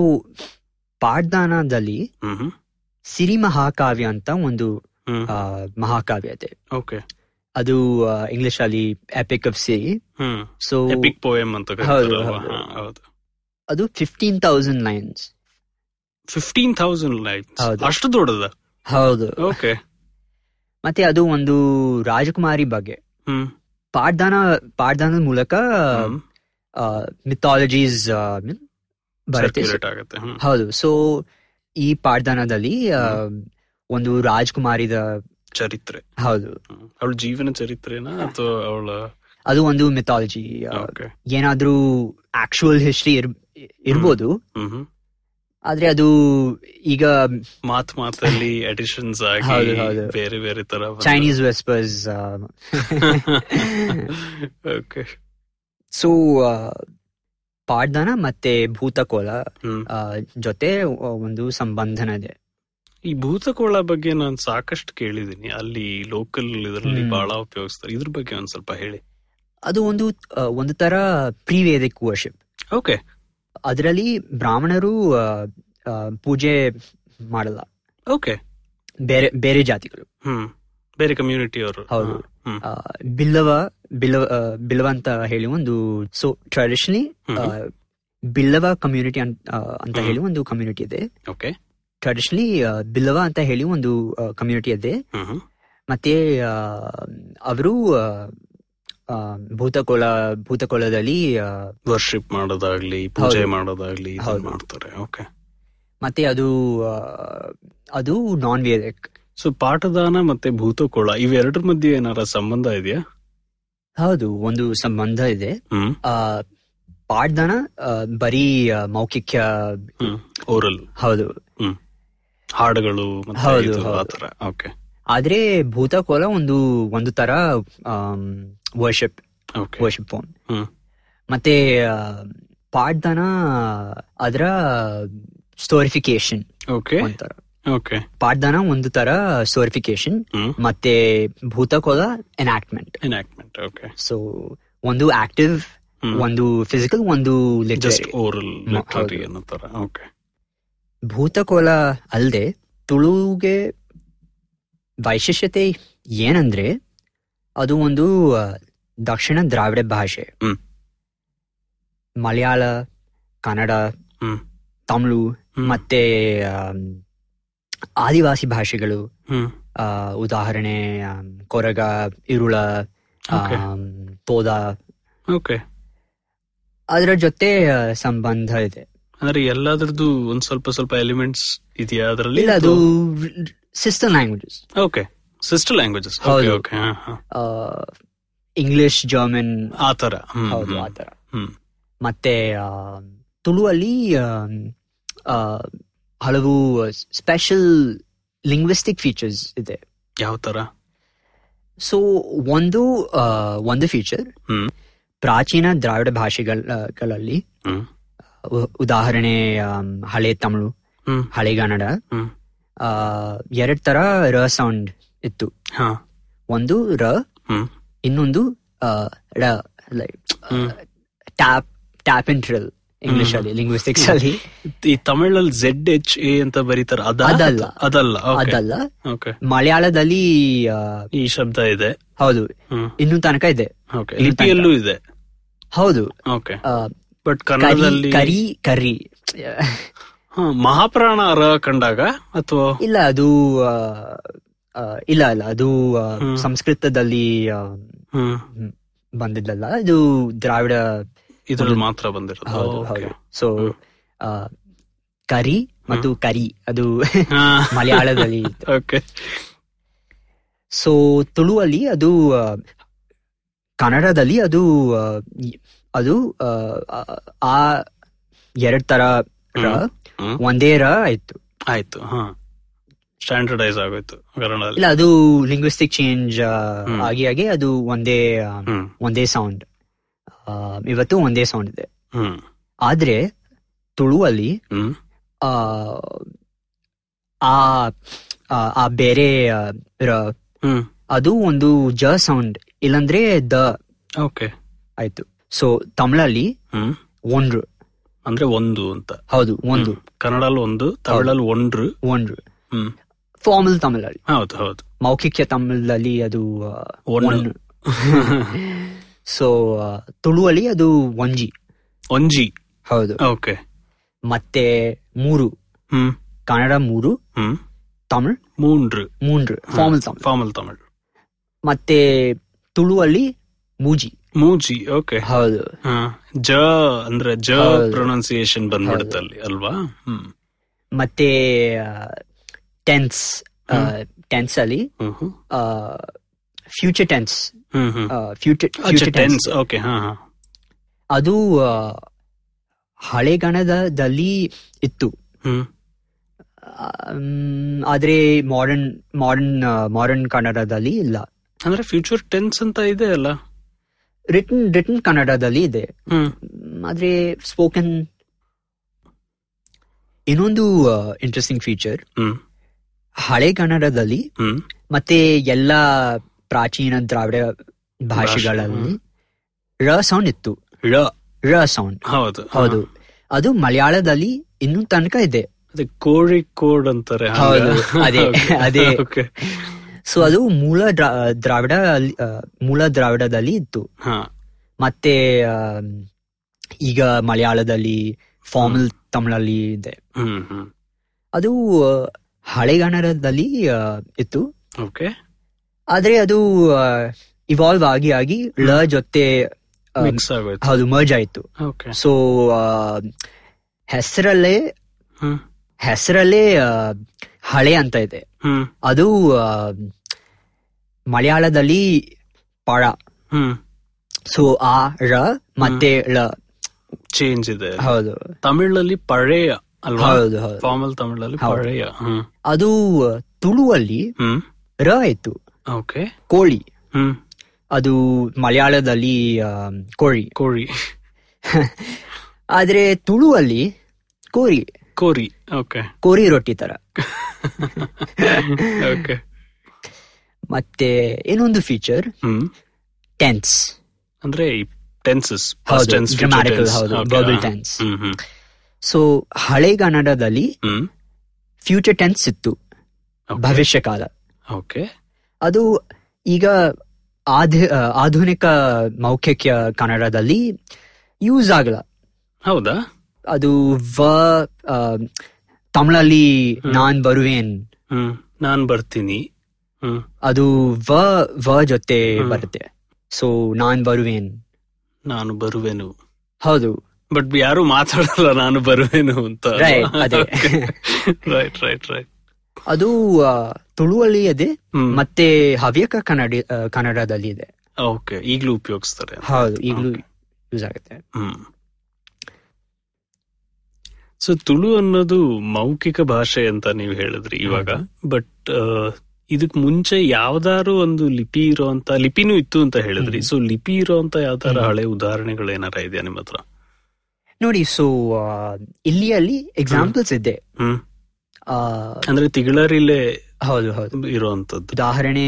S6: ಪಾಡ್ದಾನದಲ್ಲಿ
S2: ಹ್ಮ್ ಹ್ಮ್.
S6: ಸಿರಿ ಮಹಾಕಾವ್ಯ ಅಂತ ಒಂದು
S2: ಹ್ಮ್
S6: ಆ, ಮಹಾಕಾವ್ಯ ಇದೆ
S2: ಓಕೆ
S6: ಅದು ಇಂಗ್ಲಿಷ್ ಅಲ್ಲಿ ಎಪಿಕ್ ಆಫ್ ಸಿರಿ
S2: ಹ್ಮ್
S6: ಸೊ
S2: ಎಪಿಕ್ ಪೋಯಮ್ ಅಂತ
S6: ಹೌದು,
S2: ಕರೀತಾರಲ್ವಾ
S6: ಹೌದು.
S2: ಹಾ, ಹೌದು
S6: ಅದು fifteen thousand lines
S2: fifteen thousand light
S6: ಹೌದು.
S2: ಅಷ್ಟು ದೊಡ್ಡದ
S6: ಹೌದು
S2: ಓಕೆ
S6: ಮತ್ತೆ ಅದು ಒಂದು ರಾಜಕುಮಾರಿ ಬಗ್ಗೆ
S2: ಹ್ಮ್
S6: ಪಾಡ್ದಾನ ಪಾಡ್ದಾನದ ಮೂಲಕ
S2: ಹ್ಮ್
S6: uh, ಮಿಥಾಲಜೀಸ್ uh, ಬರುತ್ತೆ
S2: Circulate ಆಗುತ್ತೆ ಹ್ಮ್
S6: ಹೌದು ಸೊ ಈ ಪಾಡ್ದಾನದಲ್ಲಿ ಆ, ಒಂದು ರಾಜ್ಕುಮಾರಿದ
S2: ಚರಿತ್ರೆ
S6: ಹೌದು
S2: ಹ್ಮ್. ಅವಳ ಜೀವನ ಚರಿತ್ರೆನಾ ಅಥವಾ ಅವಳ
S6: ಅದು ಒಂದು ಮಿಥಾಲಜಿ
S2: ಓಕೆ
S6: ಏನಾದ್ರೂ ಆಕ್ಚುಯಲ್ ಹಿಸ್ಟ್ರಿ ಇರ್ಬೋದು
S2: ಹ್ಮ್ ಹ್ಮ್.
S6: ಆದ್ರೆ ಅದು ಈಗ
S2: ಮಾತ್ ಮಾತಲ್ಲಿ ಅಡಿಷನ್ಸ್ ಆಗಿ
S6: ಹೌದು, ಹೌದು.
S2: ಬೇರೆ ಬೇರೆ ತರ ಬಂದು-
S6: ಚೈನೀಸ್ ವೆಸ್ಪರ್ಸ್
S2: ಓಕೆ
S6: ಸೊ ಪಾಡ್ದನ ಮತ್ತೆ ಭೂತಕೋಲ
S2: ಹ್ಮ್
S6: ಆ, ಜೊತೆ ಒಂದು ಸಂಬಂಧನ ಇದೆ
S2: ಈ ಭೂತಕೋಳ ಬಗ್ಗೆ ನಾನು ಸಾಕಷ್ಟು ಕೇಳಿದೀನಿ ಅಲ್ಲಿ ಲೋಕಲ್ ಇದರಲ್ಲಿ
S6: ಹ್ಮ್.
S2: ಬಹಳ ಉಪಯೋಗಿಸ್ತಾರೆ ಇದ್ರ ಬಗ್ಗೆ ಒಂದ್ ಸ್ವಲ್ಪ ಹೇಳಿ
S6: ಅದು ಒಂದು ಆ, ಒಂದು ತರ ಪ್ರಿವೇದಿಕ್ ವರ್ಷಿಪ್
S2: ಓಕೆ
S6: ಅದರಲ್ಲಿ ಬ್ರಾಹ್ಮಣರು ಆ, ಆ, ಪೂಜೆ ಮಾಡಲ್ಲ
S2: ಓಕೆ
S6: ಬೇರೆ ಬೇರೆ ಜಾತಿಗಳು
S2: ಹ್ಮ್ ಬೇರೆ ಕಮ್ಯುನಿಟಿ ಅವರು
S6: ಹೌದು.
S2: ಹ್ಮ್
S6: ಆ, ಬಿಲ್ಲವ ಬಿಲ್ಲವ ಆ, ಬಿಲ್ಲವ ಅಂತ ಹೇಳಿ ಒಂದು ಸೊ ಟ್ರೆಡಿಷನಲಿ
S2: ಹ್ಮ್.
S6: ಬಿಲ್ಲವ ಕಮ್ಯುನಿಟಿ ಅಂತ
S2: ಹ್ಮ್.
S6: ಹೇಳಿ ಒಂದು ಕಮ್ಯುನಿಟಿ ಇದೆ
S2: ಓಕೆ
S6: ಟ್ರೆಡಿಷನಲಿ ಬಿಲ್ಲವ ಅಂತ ಹೇಳಿ ಒಂದು ಕಮ್ಯುನಿಟಿ ಇದೆ
S2: ಹ್ಮ್ ಹ್ಮ್.
S6: ಮತ್ತೆ ಅವರು ಭೂತಕೋಲ ಭೂತಕೋಲದಲ್ಲಿ ಆ,
S2: ವರ್ಷಿಪ್ ಮಾಡೋದಾಗ್ಲಿ ಪೂಜೆ
S6: ಹೌದು.
S2: ಮಾಡೋದಾಗ್ಲಿ ಇದನ್ನ
S6: ಹೌದು.
S2: ಮಾಡ್ತಾರೆ ಓಕೆ
S6: ಮತ್ತೆ ಅದು ಆ, ಅದು ನಾನ್ ವೇದಿಕ್
S2: ಸೊ ಪಾಠದಾನ ಮತ್ತೆ ಭೂತಕೋಳ ಇವೆರಡರ ಮಧ್ಯೆ ಏನಾರ ಸಂಬಂಧ ಇದೆಯಾ
S6: ಹೌದು ಒಂದು ಸಂಬಂಧ ಇದೆ
S2: ಹ್ಮ್
S6: ಆ, ಪಾಡ್ದನ ಆ, ಬರೀ ಆ, ಮೌಖಿಕ
S2: ಹ್ಮ್ ಓರಲ್
S6: ಹೌದು
S2: ಹ್ಮ್ ಹಾಡುಗಳು ಮತ್ತೆ
S6: ಹೌದು,
S2: ಇದು ಆ
S6: ಹೌದು.
S2: ಥರ ಓಕೆ
S6: ಆದ್ರೆ ಭೂತಕೋಲ ಒಂದು ಒಂದು ತರ ವರ್ಷಿಪ್
S2: ಓಕೆ
S6: ವರ್ಷಿಪ್ ಫೋನ್
S2: ಹ್ಮ್.
S6: ಮತ್ತೆ ಆ, ಪಾಡ್ದನ ಅದರ ಸ್ಟೋರಿಫಿಕೇಶನ್
S2: ಓಕೆ
S6: ಒಂಥರ
S2: ಓಕೆ
S6: ಪಾಡ್ದನ ಒಂದು ತರ ಸ್ಟೋರಿಫಿಕೇಶನ್
S2: ಹ್ಮ್
S6: ಮತ್ತೆ Bhuta Kola enactment
S2: enactment okay
S6: so ಒಂದು ಆಕ್ಟಿವ್
S2: ಹ್ಮ್.
S6: ಒಂದು ಫಿಸಿಕಲ್ ಒಂದು
S2: ಜಸ್ಟ್
S6: ಲಿಟ್ರರಿ
S2: ಓರಲ್
S6: ಮ-
S2: ಲಿಟ್ರರಿ
S6: ಹೌದು.
S2: ಅನ್ನೋ ತರ ಓಕೆ
S6: ಭೂತಕೋಲ ಅಲ್ಲದೆ ತುಳುವಿಗೆ ವೈಶಿಷ್ಟ್ಯತೆ ಏನಂದ್ರೆ ಅದು ಒಂದು ಆ, ದಕ್ಷಿಣ ದ್ರಾವಿಡ ಭಾಷೆ
S2: ಹ್ಮ್.
S6: ಮಲಯಾಳ ಕನ್ನಡ
S2: ಹ್ಮ್.
S6: ತಮಿಳು
S2: ಹ್ಮ್.
S6: ಮತ್ತೆ ಆಮ್, ಆದಿವಾಸಿ ಭಾಷೆಗಳು
S2: ಹ್ಮ್
S6: ಆ, ಉದಾಹರಣೆ am, Koraga Irula
S2: Okay.
S6: Am, Toda
S2: okay
S6: ಅದರ ಜೊತೆ ಆ, ಸಂಬಂಧ ಇದೆ
S2: ಅಂದ್ರೆ ಎಲ್ಲಾದ್ರದ್ದು ಒಂದ್ ಸ್ವಲ್ಪ ಸ್ವಲ್ಪ ಎಲಿಮೆಂಟ್ಸ್ ಇದೆಯಾ ಅದರಲ್ಲಿ
S6: ಇಲ್ಲ ಅದು sister languages
S2: okay sister languages okay
S6: ಹೌದು.
S2: ಓಕೆ
S6: ಇಂಗ್ಲಿಷ್ ಜರ್ಮನ್
S2: ಆ ತರ ಹ್ಮ್
S6: ಹೌದು
S2: ಹ್ಮ್.
S6: ಆ ಥರ
S2: ಹ್ಮ್
S6: ಮತ್ತೆ ಆ, ತುಳುವಲ್ಲಿ ಆಮ್, ಆ, ಹಲವು ಸ್ಪೆಷಲ್ ಲಿಂಗ್ವಿಸ್ಟಿಕ್ ಫೀಚರ್ಸ್ ಇದೆ
S2: ಯಾವ ತರ
S6: ಸೊ ಒಂದು ಆ, ಒಂದು ಫೀಚರ್
S2: ಹ್ಮ್.
S6: ಪ್ರಾಚೀನ ದ್ರಾವಿಡ ಭಾಷೆಗಳಲ್ಲಿ
S2: ಹ್ಮ್
S6: ಉ- ಉದಾಹರಣೆ ಆಮ್, ಹಳೆ ತಮಿಳು
S2: ಹ್ಮ್
S6: ಹಳೆ ಕನ್ನಡ
S2: ಹ್ಮ್.
S6: ಎರಡ್ ತರ ರ ಸೌಂಡ್ ಇತ್ತು
S2: ಹಾ
S6: ಒಂದು ರ
S2: ಹ್ಮ್
S6: ಇನ್ನೊಂದು ಆ, ಡ like
S2: hmm.
S6: Tap tap in trill English ಅಲ್ಲಿ ಲಿಂಗ್ವಿಸ್ಟಿಕ್ಸ್ ಅಲ್ಲಿ
S2: ಈ ತಮಿಳಲ್ಲಿ ಝೆಡ್ ಎಚ್ ಎ ಅಂತ ಬರೀತಾರ ಅದಾ
S6: ಅದಲ್ಲ.
S2: ಅದಲ್ಲ ಓಕೆ
S6: ಅದಲ್ಲ
S2: ಓಕೆ
S6: ಮಲಯಾಳದಲ್ಲಿ ಆ,
S2: ಈ ಶಬ್ದ ಇದೆ
S6: ಹೌದು
S2: ಹ್ಮ್
S6: ಇನ್ನೂ ತನಕ ಇದೆ
S2: ಓಕೆ
S6: ಇಲ್ಲಿ
S2: ಲಿಪಿಯಲ್ಲೂ ಇದೆ
S6: ಹೌದು
S2: ಓಕೆ
S6: ಆ,
S2: ಬಟ್
S6: ಕರಿ
S2: ಕನ್ನಡದಲ್ಲಿ
S6: ಕರಿ ಕರಿ
S2: ಹಾ, ಮಹಾಪ್ರಾಣ ಅರ ಕಂಡಾಗ ಅಥವಾ
S6: ಇಲ್ಲ ಅದು ಆ, ಆ, ಇಲ್ಲ ಇಲ್ಲ ಅದು ಆ,
S2: ಹ್ಮ್.
S6: ಸಂಸ್ಕೃತದಲ್ಲಿ ಆ,
S2: ಹ್ಮ್
S6: ಬಂದಿದ್ದಲ್ಲ ಇದು ದ್ರಾವಿಡ
S2: ಇದ್ರಲ್ಲಿ ಮಾತ್ರ ಬಂದಿರೋದು
S6: ಹೌದು
S2: ಓಕೆ.
S6: ಹೌದು ಸೊ ಕರಿ ಮತ್ತು ಕರಿ ಅದು
S2: ಹಾ.
S6: ಮಲಯಾಳದಲ್ಲಿ ಇತ್ತು
S2: ಓಕೆ
S6: ಸೊ ತುಳುವಲ್ಲಿ ಅದು ಆ, ಕನ್ನಡದಲ್ಲಿ ಅದು ಆ, ಇ- ಅದು ಆ, ಆ- ಆ ಎರಡ್ ತರ ರ
S2: ಹ್ಮ್.
S6: ಒಂದೇ ರ ಆಯ್ತು
S2: ಆಯ್ತು ಹಾ ಸ್ಟ್ಯಾಂಡರ್ಡೈಸ್ ಆಗೋಯ್ತು ಕನ್ನಡದಲ್ಲಿ
S6: ಇಲ್ಲ ಅದು ಲಿಂಗ್ವಿಸ್ಟಿಕ್ ಚೇಂಜ್
S2: ಹ್ಮ್.
S6: ಆಗಿ ಆಗಿ ಅದು ಒಂದೇ ಆ,
S2: ಹ್ಮ್
S6: ಒಂದೇ ಸೌಂಡ್ ಇವತ್ತು ಒಂದೇ ಸೌಂಡ್ ಇದೆ
S2: ಹ್ಮ್
S6: ಆದ್ರೆ ತುಳುವಲ್ಲಿ
S2: ಹ್ಮ್
S6: ಆ, ಆ ಆ, ಆ ಬೇರೆ ಆ, ರ-
S2: ಹ್ಮ್
S6: ಅದು ಒಂದು ಜ ಸೌಂಡ್ ಇಲ್ಲಂದ್ರೆ ದ
S2: ಓಕೆ
S6: ಆಯ್ತು ಸೊ ತಮಿಳಲ್ಲಿ
S2: ಹ್ಮ್
S6: ಒಂಡ್ರು
S2: ಅಂದ್ರೆ ಒಂದು ಅಂತ
S6: ಹೌದು ಒಂದು
S2: ಕನ್ನಡಲ್ಲಿ ಒಂದು ತಮಿಳಲ್ಲಿ ಒಂಡ್ರು
S6: ಒಂಡ್ರು
S2: ಹ್ಮ್
S6: ಫಾರ್ಮಲ್ ತಮಿಳಲ್ಲಿ
S2: ಹೌದು ಹೌದು
S6: ಮೌಖಿಕ ತಮಿಳಲ್ಲಿ ಅದು ಆ,
S2: ಒಣ್ಣು.
S6: ಒಣ್ಣು. ಸೊ ಆ, ತುಳುವಲ್ಲಿ ಅದು ಒಂಜಿ
S2: ಒಂಜಿ
S6: ಹೌದು
S2: ಓಕೆ
S6: ಮತ್ತೆ ಮೂರು
S2: ಹ್ಮ್
S6: ಕನ್ನಡ ಮೂರು
S2: ಹ್ಮ್
S6: ತಮಿಳ್
S2: ಮೂಂಡ್ರು
S6: ಮೂಂಡ್ರು ಫಾರ್ಮಲ್ ತಮಿಳ್
S2: ಫಾರ್ಮಲ್ ತಮಿಳ್
S6: ಮತ್ತೆ ತುಳುವಲ್ಲಿ ಮೂಜಿ
S2: ಮೂಜಿ ಓಕೆ
S6: ಹೌದು
S2: ಹಾ ಜ ಅಂದ್ರೆ ಜ
S6: ಹೌದು.
S2: ಪ್ರೊನೌನ್ಸಿಯೇಷನ್ ಬಂದ್ಬಿಡುತ್ತೆ ಅಲ್ಲಿ ಅಲ್ವಾ ಹ್ಮ್
S6: ಮತ್ತೆ ಟೆನ್ಸ್ ಟೆನ್ಸ್ ಅಲ್ಲಿ
S2: ಹ್ಮ್ ಹ್ಮ್.
S6: ಫ್ಯೂಚರ್ ಟೆನ್ಸ್
S2: ಹ್ಮ್ ಹ್ಮ್
S6: ಫ್ಯೂಚರ್
S2: ಅಚ್ಚಾ
S6: ಫ್ಯೂಚರ್
S2: ಟೆನ್ಸ್
S6: ಟೆನ್ಸ್
S2: ಓಕೆ ಹಾ ಹಾ
S6: ಅದು ಆ, ಹಳೆಗಣದಲ್ಲಿ ಇತ್ತು
S2: ಹ್ಮ್
S6: ಆ, ಮ್, ಆದ್ರೆ ಮಾಡರ್ನ್ ಮಾಡರ್ನ್ ಮಾಡರ್ನ್ ಕನ್ನಡದಲ್ಲಿ ಇಲ್ಲ
S2: ಅಂದ್ರೆ ಫ್ಯೂಚರ್ ಟೆನ್ಸ್ ಅಂತ ಇದೆ ಅಲ್ಲ
S6: ರಿಟನ್ ರಿಟನ್ ಕನ್ನಡದಲ್ಲಿ ಇದೆ
S2: ಹ್ಮ್
S6: ಮ್, ಆದ್ರೆ ಸ್ಪೋಕನ್ ಇನ್ನೊಂದು ಇಂಟ್ರೆಸ್ಟಿಂಗ್ ಫೀಚರ್
S2: ಹ್ಮ್
S6: ಹಳೆ ಕನ್ನಡದಲ್ಲಿ
S2: ಹ್ಮ್
S6: ಮತ್ತೆ ಎಲ್ಲ ಪ್ರಾಚೀನ ದ್ರಾವಿಡ ಭಾಷೆಗಳಲ್ಲಿ ರ ಸೌಂಡ್ ಇತ್ತು ರ ರ ಸೌಂಡ್
S2: ಹೌದು ಹಾ.
S6: ಹೌದು ಅದು ಮಲಯಾಳದಲ್ಲಿ ಇನ್ನೂ ತನಕ ಇದೆ
S2: ಅದೇ ಕೋಳಿ ಕೋಡ್ ಅಂತಾರೆ ಹಂಗ?
S6: ಹೌದು, ಅದೇ,
S2: Okay,
S6: ಅದೇ.
S2: okay.
S6: ಸೊ ಅದು ಮೂಲ ದ್ರಾ- ದ್ರಾವಿಡ ಅಲ್ಲಿ- ಆ, ಮೂಲ ದ್ರಾವಿಡದಲ್ಲಿ ಇತ್ತು
S2: ಹಾ
S6: ಮತ್ತೆ ಆ, ಈಗ ಮಲಯಾಳದಲ್ಲಿ ಫಾರ್ಮಲ್ ತಮಿಳಲ್ಲಿ ಇದೆ
S2: ಹ್ಮ್ ಹ್ಮ್
S6: ಅದು ಆ, ಹಳೆಗನ್ನಡದಲ್ಲಿ ಆ, ಇತ್ತು
S2: ಓಕೆ
S6: ಆದ್ರೆ ಅದು ಇವಾಲ್ವ್ ಆಗಿ ಆಗಿ ಳ ಜೊತೆ ಆ,
S2: ಮಿಕ್ಸ್ ಆಗೋಯ್ತು
S6: ಹೌದು ಮರ್ಜ್ ಆಯ್ತು
S2: ಓಕೆ
S6: ಸೊ ಹೆಸರಲ್ಲೇ
S2: ಹ್ಮ್
S6: ಹೆಸರಲ್ಲೇ ಆ, ಹಳೆ ಅಂತ ಇದೆ
S2: ಹ್ಮ್
S6: ಅದು ಆ, ಮಲಯಾಳದಲ್ಲಿ ಪಳ
S2: ಹ್ಮ್
S6: ಸೊ ಆ ರ ಮತ್ತೆ ಳ
S2: ಚೇಂಜ್ ಇದೆ
S6: ಹೌದು
S2: ತಮಿಳಲ್ಲಿ ಪಳೆಯ ಅಲ್ವಾ
S6: ಹೌದು ಹೌದು
S2: ಫಾರ್ಮಲ್ ತಮಿಳಲ್ಲಿ
S6: ಹೌದು.
S2: ಪಳೆಯ ಹ್ಮ್
S6: ಅದು ತುಳುವಲ್ಲಿ
S2: ಹ್ಮ್
S6: ರ ಆಯ್ತು
S2: ಓಕೆ
S6: ಕೋಳಿ
S2: ಹ್ಮ್
S6: ಅದು ಮಲಯಾಳದಲ್ಲಿ ಆ, ಕೋಳಿ
S2: ಕೋಳಿ
S6: ಆದ್ರೆ ತುಳುವಲ್ಲಿ ಕೋರಿ
S2: ಕೋರಿ ಓಕೆ
S6: ಕೋರಿ ರೊಟ್ಟಿ ತರ
S2: ಓಕೆ
S6: ಮತ್ತೆ ಇನ್ನೊಂದು ಫೀಚರ್
S2: ಹ್ಮ್
S6: ಟೆನ್ಸ್
S2: ಅಂದ್ರೆ ಟೆನ್ಸಸ್
S6: ಹೌದು, grammatical, ಹೌದು, verbal tense.
S2: ಹ್ಮ್ ಹ್ಮ್
S6: ಸೊ ಹಳೆ ಕನ್ನಡದಲ್ಲಿ
S2: ಹ್ಮ್
S6: ಫ್ಯೂಚರ್ ಟೆನ್ಸ್ ಇತ್ತು
S2: Okay.
S6: ಭವಿಷ್ಯ ಕಾಲ
S2: ಓಕೆ
S6: ಅದು ಈಗ ಆಧು ಆ, ಆಧುನಿಕ ಮೌಖಿಕ ಕನ್ನಡದಲ್ಲಿ ಯೂಸ್ ಆಗಲ್ಲ
S2: ಹೌದಾ
S6: ಅದು ವ ಆ, ತಮಿಳಲ್ಲಿ ನಾನ್ ಬರುವೇನ್
S2: ಹ್ಮ್ ನಾನ್ ಬರ್ತೀನಿ ಹ್ಮ್
S6: ಅದು ವ ವ ಜೊತೆ ಬರುತ್ತೆ ಸೊ ನಾನ್ ಬರುವೇನ್
S2: ನಾನು ಬರುವೆನು
S6: ಹೌದು
S2: ಬಟ್ ಯಾರು ಮಾತಾಡಲ್ಲ ನಾನು ಬರುವೆನು ಅಂತ
S6: Right, ಅದೇ.
S2: ರೈಟ್ ರೈಟ್ ರೈಟ್
S6: ಅದು ಆ, ತುಳುವಲ್ಲಿ ಇದೆ
S2: ಹ್ಮ್.
S6: ಮತ್ತೆ ಹವ್ಯಕ ಕನ್ನಡ ಆ, ಕನ್ನಡದಲ್ಲಿ ಇದೆ
S2: ಓಕೆ ಈಗಲೂ ಉಪಯೋಗಿಸ್ತಾರೆ
S6: ಹೌದು ಈಗಲೂ ಯೂಸ್ ಆಗುತ್ತೆ
S2: ಹ್ಮ್ ಸೊ ತುಳು ಅನ್ನೋದು ಮೌಖಿಕ ಭಾಷೆ ಅಂತ ನೀವು ಹೇಳಿದ್ರಿ ಇವಾಗ ಬಟ್ ಇದಕ್ ಮುಂಚೆ ಯಾವ್ದಾರು ಒಂದು ಲಿಪಿ ಇರೋಂತ ಲಿಪಿನೂ ಇತ್ತು ಅಂತ ಹೇಳಿದ್ರಿ ಸೊ ಲಿಪಿ ಇರೋಂತ ಯಾವ್ದಾರ ಹಳೆ ಉದಾಹರಣೆಗಳು ಏನಾರ ಇದೆಯಾ ನಿಮ್ಮ ಹತ್ರ
S6: ನೋಡಿ ಸೊ ಇಲ್ಲಿಯಲ್ಲಿ ಎಕ್ಸಾಂಪಲ್ಸ್ ಇದೆ
S2: ಹ್ಮ್
S6: ಆ,
S2: ಅಂದ್ರೆ ತಿಗಳರಿಲೆ
S6: ಹೌದು ಹೌದು
S2: ಇರೋಂತದ್ದು
S6: ಉದಾಹರಣೆ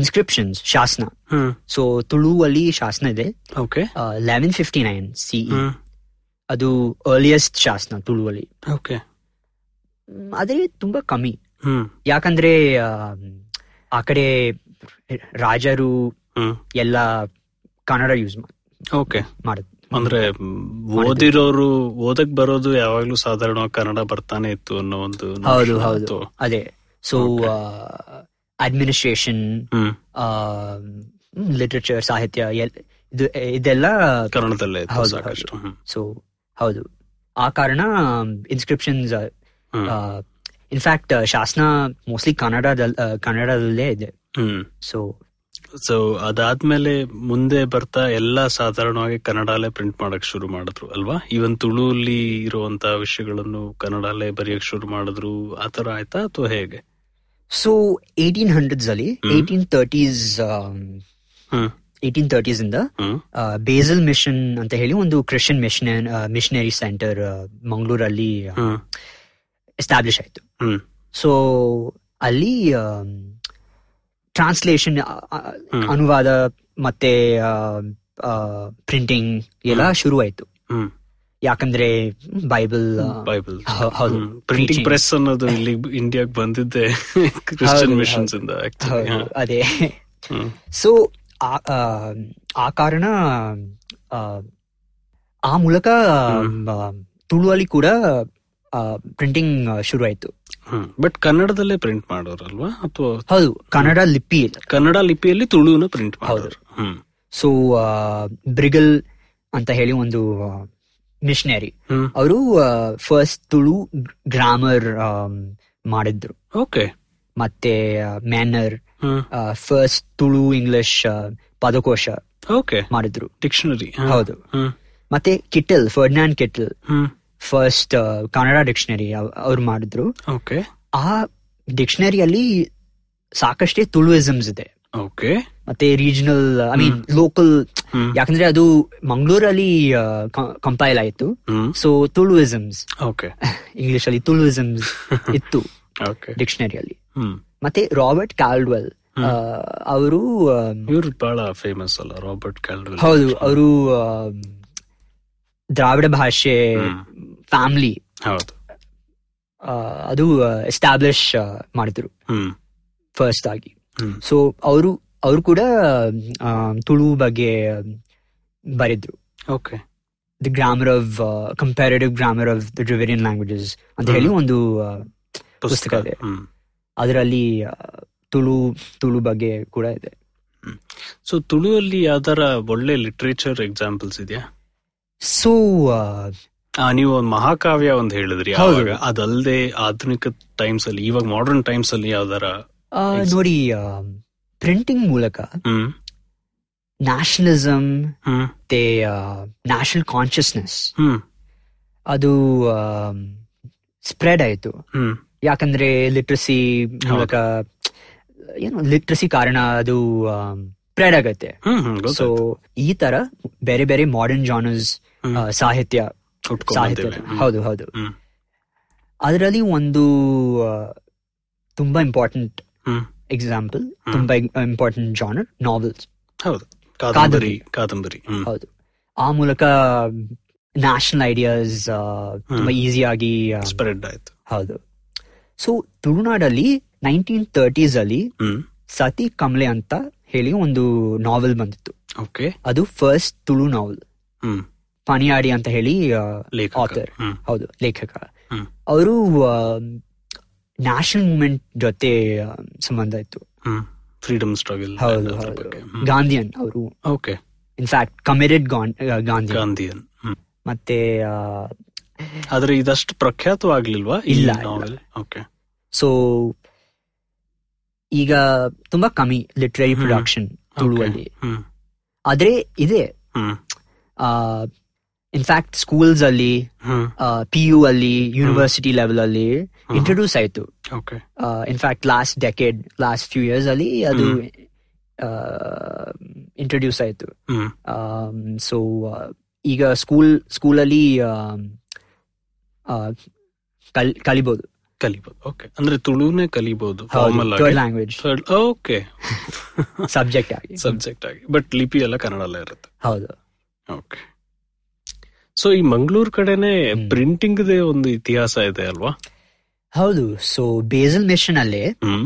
S6: ಇನ್ಸ್ಕ್ರಿಪ್ಷನ್ಸ್ ಶಾಸನ
S2: ಹ್ಮ್
S6: ಸೊ ತುಳುವಲ್ಲಿ ಶಾಸನ ಇದೆ
S2: okay
S6: eleven fifty nine CE
S2: ಹ್ಮ್
S6: ಅದು ಅರ್ಲಿಯೆಸ್ಟ್ ಶಾಸನ ತುಳುವಲ್ಲಿ
S2: ಓಕೆ
S6: ಮ್, ಆದ್ರೆ ತುಂಬಾ ಕಮ್ಮಿ
S2: ಹ್ಮ್
S6: ಯಾಕಂದ್ರೆ ಆ, ಆ ಕಡೆ ರಾಜರು
S2: ಹ್ಮ್
S6: ಎಲ್ಲ ಕನ್ನಡ ಯೂಸ್
S2: ಓಕೆ
S6: ಮಾಡುದು
S2: ಅಂದ್ರೆ ಮ್, ಓದಿರೋರು ಓದಕ್ ಬರೋದು ಯಾವಾಗ್ಲೂ ಸಾಧಾರಣವಾಗಿ ಕನ್ನಡ ಬರ್ತಾನೆ ಇತ್ತು ಅನ್ನೋ ಒಂದು
S6: ಹೌದು
S2: notion
S6: ಹೌದು
S2: ಇತ್ತು.
S6: ಅದೇ ಸೊ ಅಡ್ಮಿನಿಸ್ಟ್ರೇಷನ್
S2: ಹ್ಮ್
S6: ಲಿಟ್ರೇಚರ್ ಸಾಹಿತ್ಯ ಎಲ್- ಇದು ಇದೆಲ್ಲ
S2: ಕನ್ನಡದಲ್ಲೇ ಇತ್ತು
S6: ಹೌದು,
S2: ಸಾಕಷ್ಟು ಹ್ಮ್
S6: ಸೊ ಹೌದು ಆ ಕಾರಣ ಇನ್ಸ್ಕ್ರಿಪ್ಷನ್ಸ್
S2: ಹ್ಮ್.
S6: ಇನ್ಫ್ಯಾಕ್ಟ್ ಶಾಸನ ಮೋಸ್ಟ್ಲಿ ಕನ್ನಡದಲ್ಲಿ ಆ, ಕನ್ನಡದಲ್ಲೇ ಇದೆ
S2: ಹ್ಮ್
S6: ಸೊ
S2: ಸೊ ಅದಾದ್ಮೇಲೆ ಮುಂದೆ ಬರ್ತಾ ಎಲ್ಲಾ ಸಾಧಾರಣವಾಗಿ ಕನ್ನಡಲ್ಲೇ ಪ್ರಿಂಟ್ ಮಾಡಕ್ ಶುರು ಮಾಡಿದ್ರು ಅಲ್ವಾ ಇವನ್ ತುಳುಲಿ ಇರುವಂತ ವಿಷಯಗಳನ್ನು ಕನ್ನಡಲ್ಲೇ ಬರೆಯಕ್ ಶುರು ಮಾಡಿದ್ರು ಆತರ ಆಯ್ತಾ ಅಥವಾ ಹೇಗೆ
S6: ಸೊ ಏಯ್ಟೀನ್ ಹಂಡ್ರೆಡ್ಸ್ ಅಲ್ಲಿ
S2: ಹ್ಮ್.
S6: ಏಯ್ಟೀನ್ ತರ್ಟೀಸ್
S2: ಹ್ಮ್.
S6: ಏಯ್ಟೀನ್ ತರ್ಟೀಸ್ ಇಂದ
S2: ಹ್ಮ್.
S6: ಬೇಸಲ್ ಮಿಷನ್ ಅಂತ ಹೇಳಿ ಒಂದು ಕ್ರಿಶ್ಚಿಯನ್ ಮಿಷನ್ ಮಿಷನರಿ ಸೆಂಟರ್ ಮಂಗಳೂರಲ್ಲಿ
S2: ಹ್ಮ್.
S6: ಎಸ್ಟಾಬ್ಲಿಷ್ ಆಯ್ತು
S2: ಹ್ಮ್.
S6: ಸೊ ಅಲ್ಲಿ ಟ್ರಾನ್ಸ್ಲೇಷನ್
S2: ಹ್ಮ್.
S6: ಅನುವಾದ ಮತ್ತೆ ಪ್ರಿಂಟಿಂಗ್ ಎಲ್ಲ ಶುರು ಆಯ್ತು
S2: ಹ್ಮ್.
S6: ಯಾಕಂದ್ರೆ ಬೈಬಲ್
S2: ಬೈಬಲ್
S6: ಹೌ- ಹೌದು.
S2: Printing
S6: Preaching.
S2: ಪ್ರೆಸ್ ಅನ್ನೋದು ಇಲ್ಲಿ ಇಂಡಿಯಾಗ್ ಬಂದಿದ್ದೆ ಕ್ರಿಶ್ಚಿಯನ್
S6: ಹೌದು,
S2: ಮಿಷನ್ಸ್ ಇಂದ actually. ಹಾ.
S6: ಅದೇ
S2: ಹ್ಮ್.
S6: ಸೊ ಆ ಆ, ಆ ಕಾರಣ ಆ, ಆ ಮೂಲಕ ಆ, ತುಳುವಲ್ಲಿ ಕೂಡ ಪ್ರಿಂಟಿಂಗ್ ಶುರು ಆಯ್ತು
S2: ಹ್ಮ್ ಬಟ್ ಕನ್ನಡದಲ್ಲೇ ಪ್ರಿಂಟ್ ಮಾಡೋರಲ್ವಾ ಅಥವಾ
S6: ಹೌದು ಕನ್ನಡ ಲಿಪಿ ಇಲ್ಲ
S2: ಕನ್ನಡ ಲಿಪಿಯಲ್ಲಿ ತುಳುನ ಪ್ರಿಂಟ್ ಮಾಡೋರು ಹ್ಮ್
S6: ಸೊ ಬ್ರಿಗಲ್ ಅಂತ ಹೇಳಿ ಒಂದು ಮಿಷನರಿ
S2: ಹ್ಮ್.
S6: ಅವರು ಫಸ್ಟ್ ತುಳು ಗ್ರಾಮರ್ ಮಾಡಿದ್ರು
S2: ಓಕೆ
S6: ಮತ್ತೆ ಮ್ಯಾನರ್
S2: ಹ್ಮ್
S6: ಫಸ್ಟ್ ತುಳು ಇಂಗ್ಲಿಷ್ ಪದಕೋಶ
S2: ಓಕೆ
S6: ಮಾಡಿದ್ರು
S2: ಡಿಕ್ಷನರಿ
S6: ಹೌದು
S2: ಹ್ಮ್.
S6: ಮತ್ತೆ ಕಿಟಲ್ ಫರ್ಡಿನಾಂಡ್ ಕಿಟಲ್
S2: ಹ್ಮ್
S6: ಫಸ್ಟ್ ಕನ್ನಡ ಡಿಕ್ಷನರಿ ಅವ್ರು ಮಾಡಿದ್ರು
S2: ಓಕೆ
S6: ಆ ಡಿಕ್ಷನರಿಯಲ್ಲಿ ಸಾಕಷ್ಟೇ ತುಳುಯಿಸಮ್ಸ್ ಇದೆ
S2: ಓಕೆ
S6: ಮತ್ತೆ ರೀಜನಲ್ ಐ ಮೀನ್ ಲೋಕಲ್
S2: ಹ್ಮ್
S6: ಯಾಕಂದ್ರೆ ಅದು ಮಂಗಳೂರಲ್ಲಿ ಕಂಪೈಲ್ ಆಯಿತು
S2: ಹ್ಮ್
S6: ಸೊ ತುಳುಯಿಸಮ್ಸ್
S2: ಓಕೆ
S6: ಇಂಗ್ಲಿಷ್ ಅಲ್ಲಿ ತುಳುಯಿಸಮ್ಸ್ ಇತ್ತು
S2: ಓಕೆ
S6: ಡಿಕ್ಷನರಿಯಲ್ಲಿ
S2: ಹ್ಮ್
S6: ಮತ್ತೆ ರಾಬರ್ಟ್ ಕ್ಯಾಲ್ಡ್ವೆಲ್ ಅವರು
S2: ಇವ್ರು ಬಹಳ ಫೇಮಸ್ ಅಲ್ಲ ರಾಬರ್ಟ್ ಕ್ಯಾಲ್ಡ್ವೆಲ್
S6: ಹೌದು ಅವರು ದ್ರಾವಿಡ ಭಾಷೆ
S2: ಹ್ಮ್.
S6: ಫ್ಯಾಮಿಲಿ
S2: ಹೌದು
S6: ಅದು ಎಸ್ಟಾಬ್ಲಿಷ್ ಮಾಡಿದ್ರು
S2: ಹ್ಮ್
S6: ಫಸ್ಟ್ ಆಗಿ
S2: ಹ್ಮ್.
S6: ಸೊ ಅವರು ಅವರು ಕೂಡ ಆ, ತುಳು ಬಗ್ಗೆ ಬರೆದ್ರು
S2: okay
S6: the grammar of comparative grammar of the Dravidian languages ಅಂತ ಹೇಳಿ ಒಂದು ಆ,
S2: ಪುಸ್ತಕ
S6: ಪುಸ್ತಕ ಇದೆ.
S2: ಹ್ಮ್
S6: ಅದರಲ್ಲಿ ಆ, ತುಳು ತುಳು ಬಗ್ಗೆ ಕೂಡ ಇದೆ
S2: ಸೊ ತುಳುವಲ್ಲಿ ಯಾವ್ದಾರ ಒಳ್ಳೆ ಲಿಟ್ರೇಚರ್ ಎಕ್ಸಾಂಪಲ್ಸ್ ಇದೆಯಾ
S6: ಸೊ
S2: ಆ, ನೀವು ಒಂದ್ ಮಹಾಕಾವ್ಯ ಒಂದ್ ಹೇಳಿದ್ರಿ
S6: ಹೌದು.
S2: ಅವಾಗ ಅದಲ್ದೆ ಆಧುನಿಕ ಟೈಮ್ಸ್ ಅಲ್ಲಿ ಇವಾಗ ಮಾಡರ್ನ್ ಟೈಮ್ಸ್ ಅಲ್ಲಿ ಯಾವ್ದಾರ Ex-
S6: ನೋಡಿ ಪ್ರಿಂಟಿಂಗ್ ಮೂಲಕ
S2: ಹ್ಮ್
S6: ನ್ಯಾಷನಲಿಸಮ್
S2: ಹ್ಮ್
S6: ಮತ್ತೆ ನ್ಯಾಷನಲ್ ಕಾನ್ಶಿಯಸ್ನೆಸ್
S2: ಹ್ಮ್
S6: ಅದು ಸ್ಪ್ರೆಡ್ ಆಯಿತು
S2: ಹ್ಮ್
S6: ಯಾಕಂದ್ರೆ ಲಿಟ್ರಸಿ ಮೂಲಕ ಏನು ಲಿಟ್ರಸಿ ಕಾರಣ ಅದು ಸ್ಪ್ರೆಡ್ ಆಗತ್ತೆ
S2: ಹ್ಮ್ ಹ್ಮ್
S6: ಸೊ
S2: ಗೊತ್ತಾಯ್ತು.
S6: ಈ ತರ ಬೇರೆ ಬೇರೆ ಮಾಡರ್ನ್ ಜಾನರ್ಸ್
S2: ಹ್ಮ್.
S6: ಸಾಹಿತ್ಯ ಸಾಹಿತ್ಯ
S2: ಉಟ್ಕೊಂಡ್ಬಂದಿವೆ. ಹ್ಮ್.
S6: ಹೌದು ಹೌದು
S2: ಹ್ಮ್.
S6: ಅದರಲ್ಲಿ ಒಂದು ಆ, ತುಂಬಾ ಇಂಪಾರ್ಟೆಂಟ್
S2: ಹ್ಮ್.
S6: ಎಕ್ಸಾಂಪಲ್ ತುಂಬಾ ಇಂಪಾರ್ಟೆಂಟ್ ಜಾನರ್ ನಾವೆಲ್ಸ್
S2: ಹೌದು ಕಾದಂಬರಿ ಕಾದಂಬರಿ ಹ್ಮ್
S6: ಹೌದು ಆ ಮೂಲಕ ನ್ಯಾಷನಲ್ ಐಡಿಯಾಸ್ ತುಂಬಾ ಈಸಿಯಾಗಿ
S2: ಸ್ಪ್ರೆಡ್ ಆಯ್ತು
S6: ಹೌದು ಸೊ ತುಳುನಾಡಲ್ಲಿ ನೈನ್ಟೀನ್ ತರ್ಟೀಸ್ ಅಲ್ಲಿ
S2: ಹ್ಮ್
S6: ಸತಿ ಕಮಲೆ ಅಂತ ಹೇಳಿ ಒಂದು ನಾವೆಲ್ ಬಂದಿತ್ತು
S2: ಓಕೆ
S6: ಅದು ಫಸ್ಟ್ ತುಳು ನಾವೆಲ್
S2: ಹ್ಮ್
S6: ಪನಿಯಾಡಿ ಅಂತ ಹೇಳಿ
S2: ಲೇಖಕ.
S6: ಆಥರ್
S2: ಹ್ಮ್.
S6: ಹೌದು ಲೇಖಕ
S2: ಹ್ಮ್.
S6: ಅವರು ನ್ಯಾಷನಲ್ ಮೂವ್ಮೆಂಟ್ ಜೊತೆ ಆ, ಸಂಬಂಧ ಇತ್ತು
S2: ಹ್ಮ್ ಫ್ರೀಡಮ್ ಸ್ಟ್ರಗಲ್
S6: ಹೌದು ಹೌದು. ಗಾಂಧಿಯನ್ ಅವರು
S2: okay
S6: in fact committed Gandhi
S2: Gandhian ಹ್ಮ್
S6: ಮತ್ತೆ
S2: ಆದ್ರೆ ಇದಷ್ಟು ಪ್ರಖ್ಯಾತವಾಗ್ಲಿಲ್ವಾ ಈ
S6: ಇಲ್ಲ,
S2: ನಾವೆಲ್ ಓಕೆ
S6: ಸೊ ಈಗ ತುಂಬಾ ಕಮ್ಮಿ ಲಿಟ್ರರಿ
S2: ಹ್ಮ್.
S6: ಪ್ರೊಡಕ್ಷನ್ ತುಳುವಲ್ಲಿ
S2: ಹ್ಮ್
S6: ಆದ್ರೆ ಇದೆ
S2: ಹ್ಮ್
S6: Uh, ಇನ್ಫ್ಯಾಕ್ಟ್ ಸ್ಕೂಲ್ಸ್ ಅಲ್ಲಿ
S2: ಹ್ಮ್
S6: ಪಿ ಯು ಅಲ್ಲಿ ಯೂನಿವರ್ಸಿಟಿ ಲೆವೆಲ್ ಅಲ್ಲಿ
S2: ಹ್ಮ್.
S6: ಇಂಟ್ರೊಡ್ಯೂಸ್ ಆಯ್ತು Uh,
S2: okay
S6: in fact last decade last few years ಅಲ್ಲಿ ಅದು
S2: ಹ್ಮ್.
S6: ಇಂಟ್ರೊಡ್ಯೂಸ್ ಆಯ್ತು
S2: ಹ್ಮ್
S6: ಸೊ ಈಗ ಸ್ಕೂಲ್ ಸ್ಕೂಲಲ್ಲಿ um, uh, ಕಲ್ ಕಲಿಬಹುದು
S2: ಕಲಿಬಹುದು ಓಕೆ ಅಂದ್ರೆ ತುಳುನೇ ಕಲಿಬಹುದು ಫಾರ್ಮಲ್
S6: ಥರ್ಡ್
S2: ಆಗಿ
S6: ಲ್ಯಾಂಗ್ವೇಜ್
S2: ಓಕೆ
S6: ಸಬ್ಜೆಕ್ಟ್ ಆಗಿ
S2: ಸಬ್ಜೆಕ್ಟ್ ಆಗಿ ಬಟ್ ಲಿಪಿ ಎಲ್ಲ ಕನ್ನಡ ಎಲ್ಲ ಇರುತ್ತೆ
S6: ಹೌದು
S2: ಓಕೆ ಸೊ ಈ ಮಂಗಳೂರು ಕಡೆನೆ
S6: ಹ್ಮ್.
S2: ಪ್ರಿಂಟಿಂಗ್ ಒಂದು ಇತಿಹಾಸ ಇದೆ ಅಲ್ವಾ
S6: ಹೌದು ಸೊ ಬೇಸಲ್ ಮಿಷನ್ ಅಲ್ಲೇ
S2: ಹ್ಮ್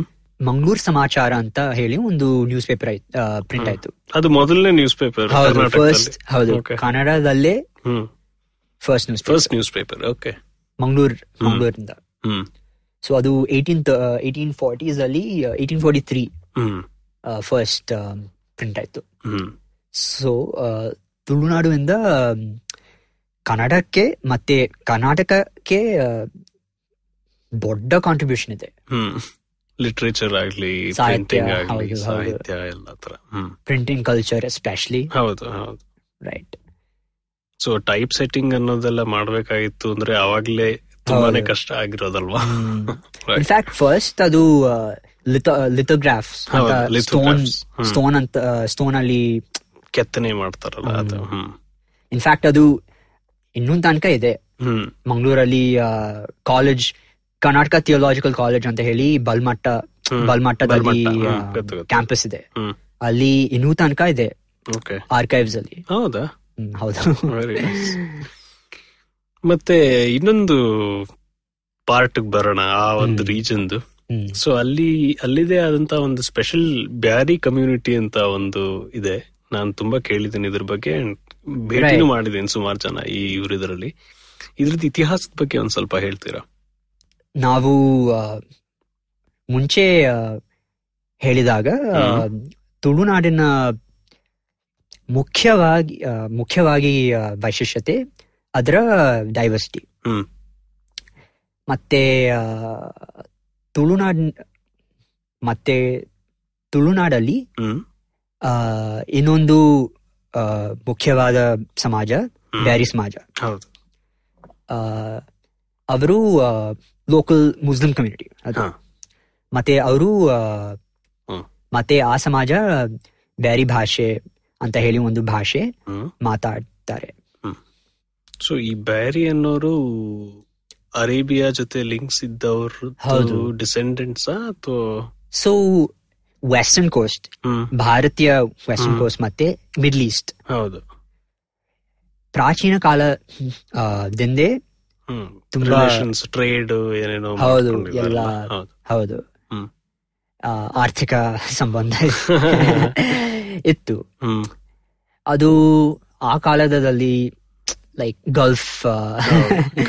S6: ಮಂಗಳೂರು ಸಮಾಚಾರ ಅಂತ ಹೇಳಿ ಒಂದು ನ್ಯೂಸ್ ಪೇಪರ್ ಪ್ರಿಂಟ್
S2: ಹ್ಮ್.
S6: ಆಯ್ತು
S2: ಅದು ಮೊದಲನೇ ನ್ಯೂಸ್ ಪೇಪರ್
S6: ಹೌದು ಫಸ್ಟ್
S2: ಕರ್ನಾಟಕದಲ್ಲಿ
S6: ಹೌದು
S2: Okay.
S6: ಕನ್ನಡದಲ್ಲೇ
S2: ಹ್ಮ್
S6: first news
S2: first newspaper okay
S6: Mangaluru ಮಂಗಳೂರಿಂದ
S2: ಹ್ಮ್
S6: ಸೊ ಅದು ಏಯ್ಟೀನ್ ಏಯ್ಟೀನ್ ಫಾರ್ಟೀಸ್ ಅಲ್ಲಿ uh, ಏಯ್ಟೀನ್ ಫಾರ್ಟಿ ತ್ರೀ
S2: ಹ್ಮ್
S6: uh, ಫಸ್ಟ್ ಪ್ರಿಂಟ್ ಆಯ್ತು uh,
S2: ಹ್ಮ್
S6: ಸೊ ತುಳುನಾಡುವಿಂದ ಆಮ್, um, ಕನ್ನಡಕ್ಕೆ ಮತ್ತೆ ಕರ್ನಾಟಕಕ್ಕೆ ಆ, ದೊಡ್ಡ ಕಾಂಟ್ರಿಬ್ಯೂಷನ್ ಇದೆ
S2: ಹ್ಮ್ ಲಿಟ್ರೇಚರ್ ಆಗ್ಲಿ
S6: ಸಾಹಿತ್ಯ,
S2: ಪ್ರಿಂಟಿಂಗ್ ಆಗ್ಲಿ
S6: ಹೌದು, ಹೌದು.
S2: ಸಾಹಿತ್ಯ ಎಲ್ಲ ತರ ಹ್ಮ್
S6: ಪ್ರಿಂಟಿಂಗ್ ಕಲ್ಚರ್ ಎಸ್ಪೆಷಲಿ
S2: ಹೌದು ಹೌದು
S6: ರೈಟ್
S2: ಸೊ ಟೈಪ್ ಸೆಟ್ಟಿಂಗ್ ಅನ್ನೋದೆಲ್ಲ ಮಾಡ್ಬೇಕಾಗಿತ್ತು ಅಂದ್ರೆ ಅವಾಗ್ಲೇ ತುಂಬಾನೇ
S6: ಹೌದು.
S2: ಕಷ್ಟ ಆಗಿರೋದಲ್ವಾ
S6: ಇನ್ಫ್ಯಾಕ್ಟ್ ಫಸ್ಟ್ ಅದು ಲಿಥೋಗ್ರಾಫ್ಸ್
S2: ಹೌದು,
S6: ಅಂತ ಸ್ಟೋನ್
S2: lithographs. ಹ್ಮ್.
S6: ಸ್ಟೋನ್ ಅಂತ ಸ್ಟೋನ್ ಅಲ್ಲಿ
S2: ಕೆತ್ತನೆ ಮಾಡ್ತಾರಲ್ಲ ಅದು ಹ್ಮ್
S6: ಇನ್ಫ್ಯಾಕ್ಟ್ ಅದು ಇನ್ನೊಂದು ತನಕ ಇದೆ
S2: ಹ್ಮ್
S6: ಮಂಗಳೂರಲ್ಲಿ ಕಾಲೇಜ್ ಕರ್ನಾಟಕ ಥಿಯೋಲಾಜಿಕಲ್ ಕಾಲೇಜ್ ಅಂತ ಹೇಳಿ ಬಲ್ಮಟ್ಟ
S2: ಹ್ಮ್.
S6: ಬಲ್ಮಟ್ಟದಲ್ಲಿ
S2: ಬಲ್ಮಟ್ಟ, ಹ್ಮ್, ಗೊತ್ತು, ಗೊತ್ತು.
S6: ಕ್ಯಾಂಪಸ್ ಇದೆ
S2: ಹ್ಮ್.
S6: ಅಲ್ಲಿ ಇನ್ನೂ ತನಕ ಇದೆ
S2: ಓಕೆ
S6: ಆರ್ಕೈವ್ಸ್ ಅಲ್ಲಿ
S2: ಹೌದಾ
S6: ಹ್ಮ್, ಹೌದು
S2: Very nice. ಮತ್ತೆ ಇನ್ನೊಂದು ಪಾರ್ಟ್ ಬರೋಣ ಆ ಒಂದು
S6: ಹ್ಮ್.
S2: ರೀಜನ್ದು
S6: ಹ್ಮ್.
S2: ಸೊ ಅಲ್ಲಿ ಅಲ್ಲಿದೆ ಆದಂತ ಒಂದು ಸ್ಪೆಷಲ್ ಬ್ಯಾರಿ ಕಮ್ಯುನಿಟಿ ಅಂತ ಒಂದು ಇದೆ ನಾನು ತುಂಬಾ ಕೇಳಿದ್ದೀನಿ ಇದ್ರ ಬಗ್ಗೆ and ಭೇಟಿನೂ
S6: Right.
S2: ಮಾಡಿದ್ದೀನಿ ಸುಮಾರು ಜನ ಈ ಇವ್ರ ಇದರಲ್ಲಿ ಇದ್ರದ್ದು ಇತಿಹಾಸದ ಬಗ್ಗೆ ಒಂದ್ ಸ್ವಲ್ಪ ಹೇಳ್ತೀರಾ
S6: ನಾವು ಆ, ಮುಂಚೆ ಆ, ಹೇಳಿದಾಗ ಆ,
S2: ಹ್ಮ್.
S6: ತುಳುನಾಡಿನ ಮುಖ್ಯವಾಗಿ ಆ, ಮುಖ್ಯವಾಗಿ ಆ, ವೈಶಿಷ್ಟ್ಯತೆ ಅದರ ಡೈವರ್ಸಿಟಿ
S2: ಹ್ಮ್.
S6: ಮತ್ತೆ ಆ, ತುಳುನಾಡ್ ಮತ್ತೆ ತುಳುನಾಡಲ್ಲಿ
S2: ಹ್ಮ್
S6: ಆ, ಇನ್ನೊಂದು ಆ, ಮುಖ್ಯವಾದ ಸಮಾಜ
S2: ಹ್ಮ್.
S6: ಬ್ಯಾರಿ ಸಮಾಜ
S2: ಹೌದು
S6: ಅವರು ಲೋಕಲ್ ಮುಸ್ಲಿಂ ಕಮ್ಯುನಿಟಿ ಅದು
S2: ಹಾ.
S6: ಮತ್ತೆ ಅವರು
S2: ಹ್ಮ್.
S6: ಮತ್ತೆ ಆ ಸಮಾಜ ಬ್ಯಾರಿ ಭಾಷೆ ಅಂತ ಹೇಳಿ ಒಂದು ಭಾಷೆ
S2: ಹ್ಮ್
S6: ಮಾತಾಡ್ತಾರೆ
S2: ಸೊ ಈ ಬ್ಯಾರಿ ಅನ್ನೋರು ಅರೇಬಿಯಾ ಜೊತೆ ಲಿಂಕ್ಸ್ ಇದ್ದವ್ರದ್ದು
S6: ಹೌದು.
S2: ಡಿಸೆಂಡೆಂಟ್ಸ್ ಅಥವಾ
S6: ಸೊ ವೆಸ್ಟರ್ನ್ ಕೋಸ್ಟ್
S2: ಹ್ಮ್
S6: ಭಾರತೀಯ ವೆಸ್ಟರ್ನ್
S2: ಹ್ಮ್.
S6: ಕೋಸ್ಟ್ ಮತ್ತೆ ಮಿಡ್ಲ್ ಈಸ್ಟ್
S2: ಹೌದು
S6: ಪ್ರಾಚೀನ ಕಾಲ ಆ, ದಿಂದೇ
S2: ಹ್ಮ್
S6: ತುಂಬಾ-
S2: ರಿಲೇಷನ್ಸ್ ಟ್ರೇಡ್ ಏನೇನೋ
S6: ಹೌದು,
S2: ಮಾಡ್ಕೊಂಡಿದ್ದಾರಲ್ಲ.
S6: ಎಲ್ಲ-
S2: ಹೌದು
S6: ಹೌದು
S2: ಹ್ಮ್.
S6: ಆ, ಆರ್ಥಿಕ ಸಂಬಂಧ ಇತ್ತು
S2: ಹ್ಮ್
S6: ಅದು ಆ ಕಾಲದಲ್ಲಿ ಲೈಕ್ ಗಲ್ಫ್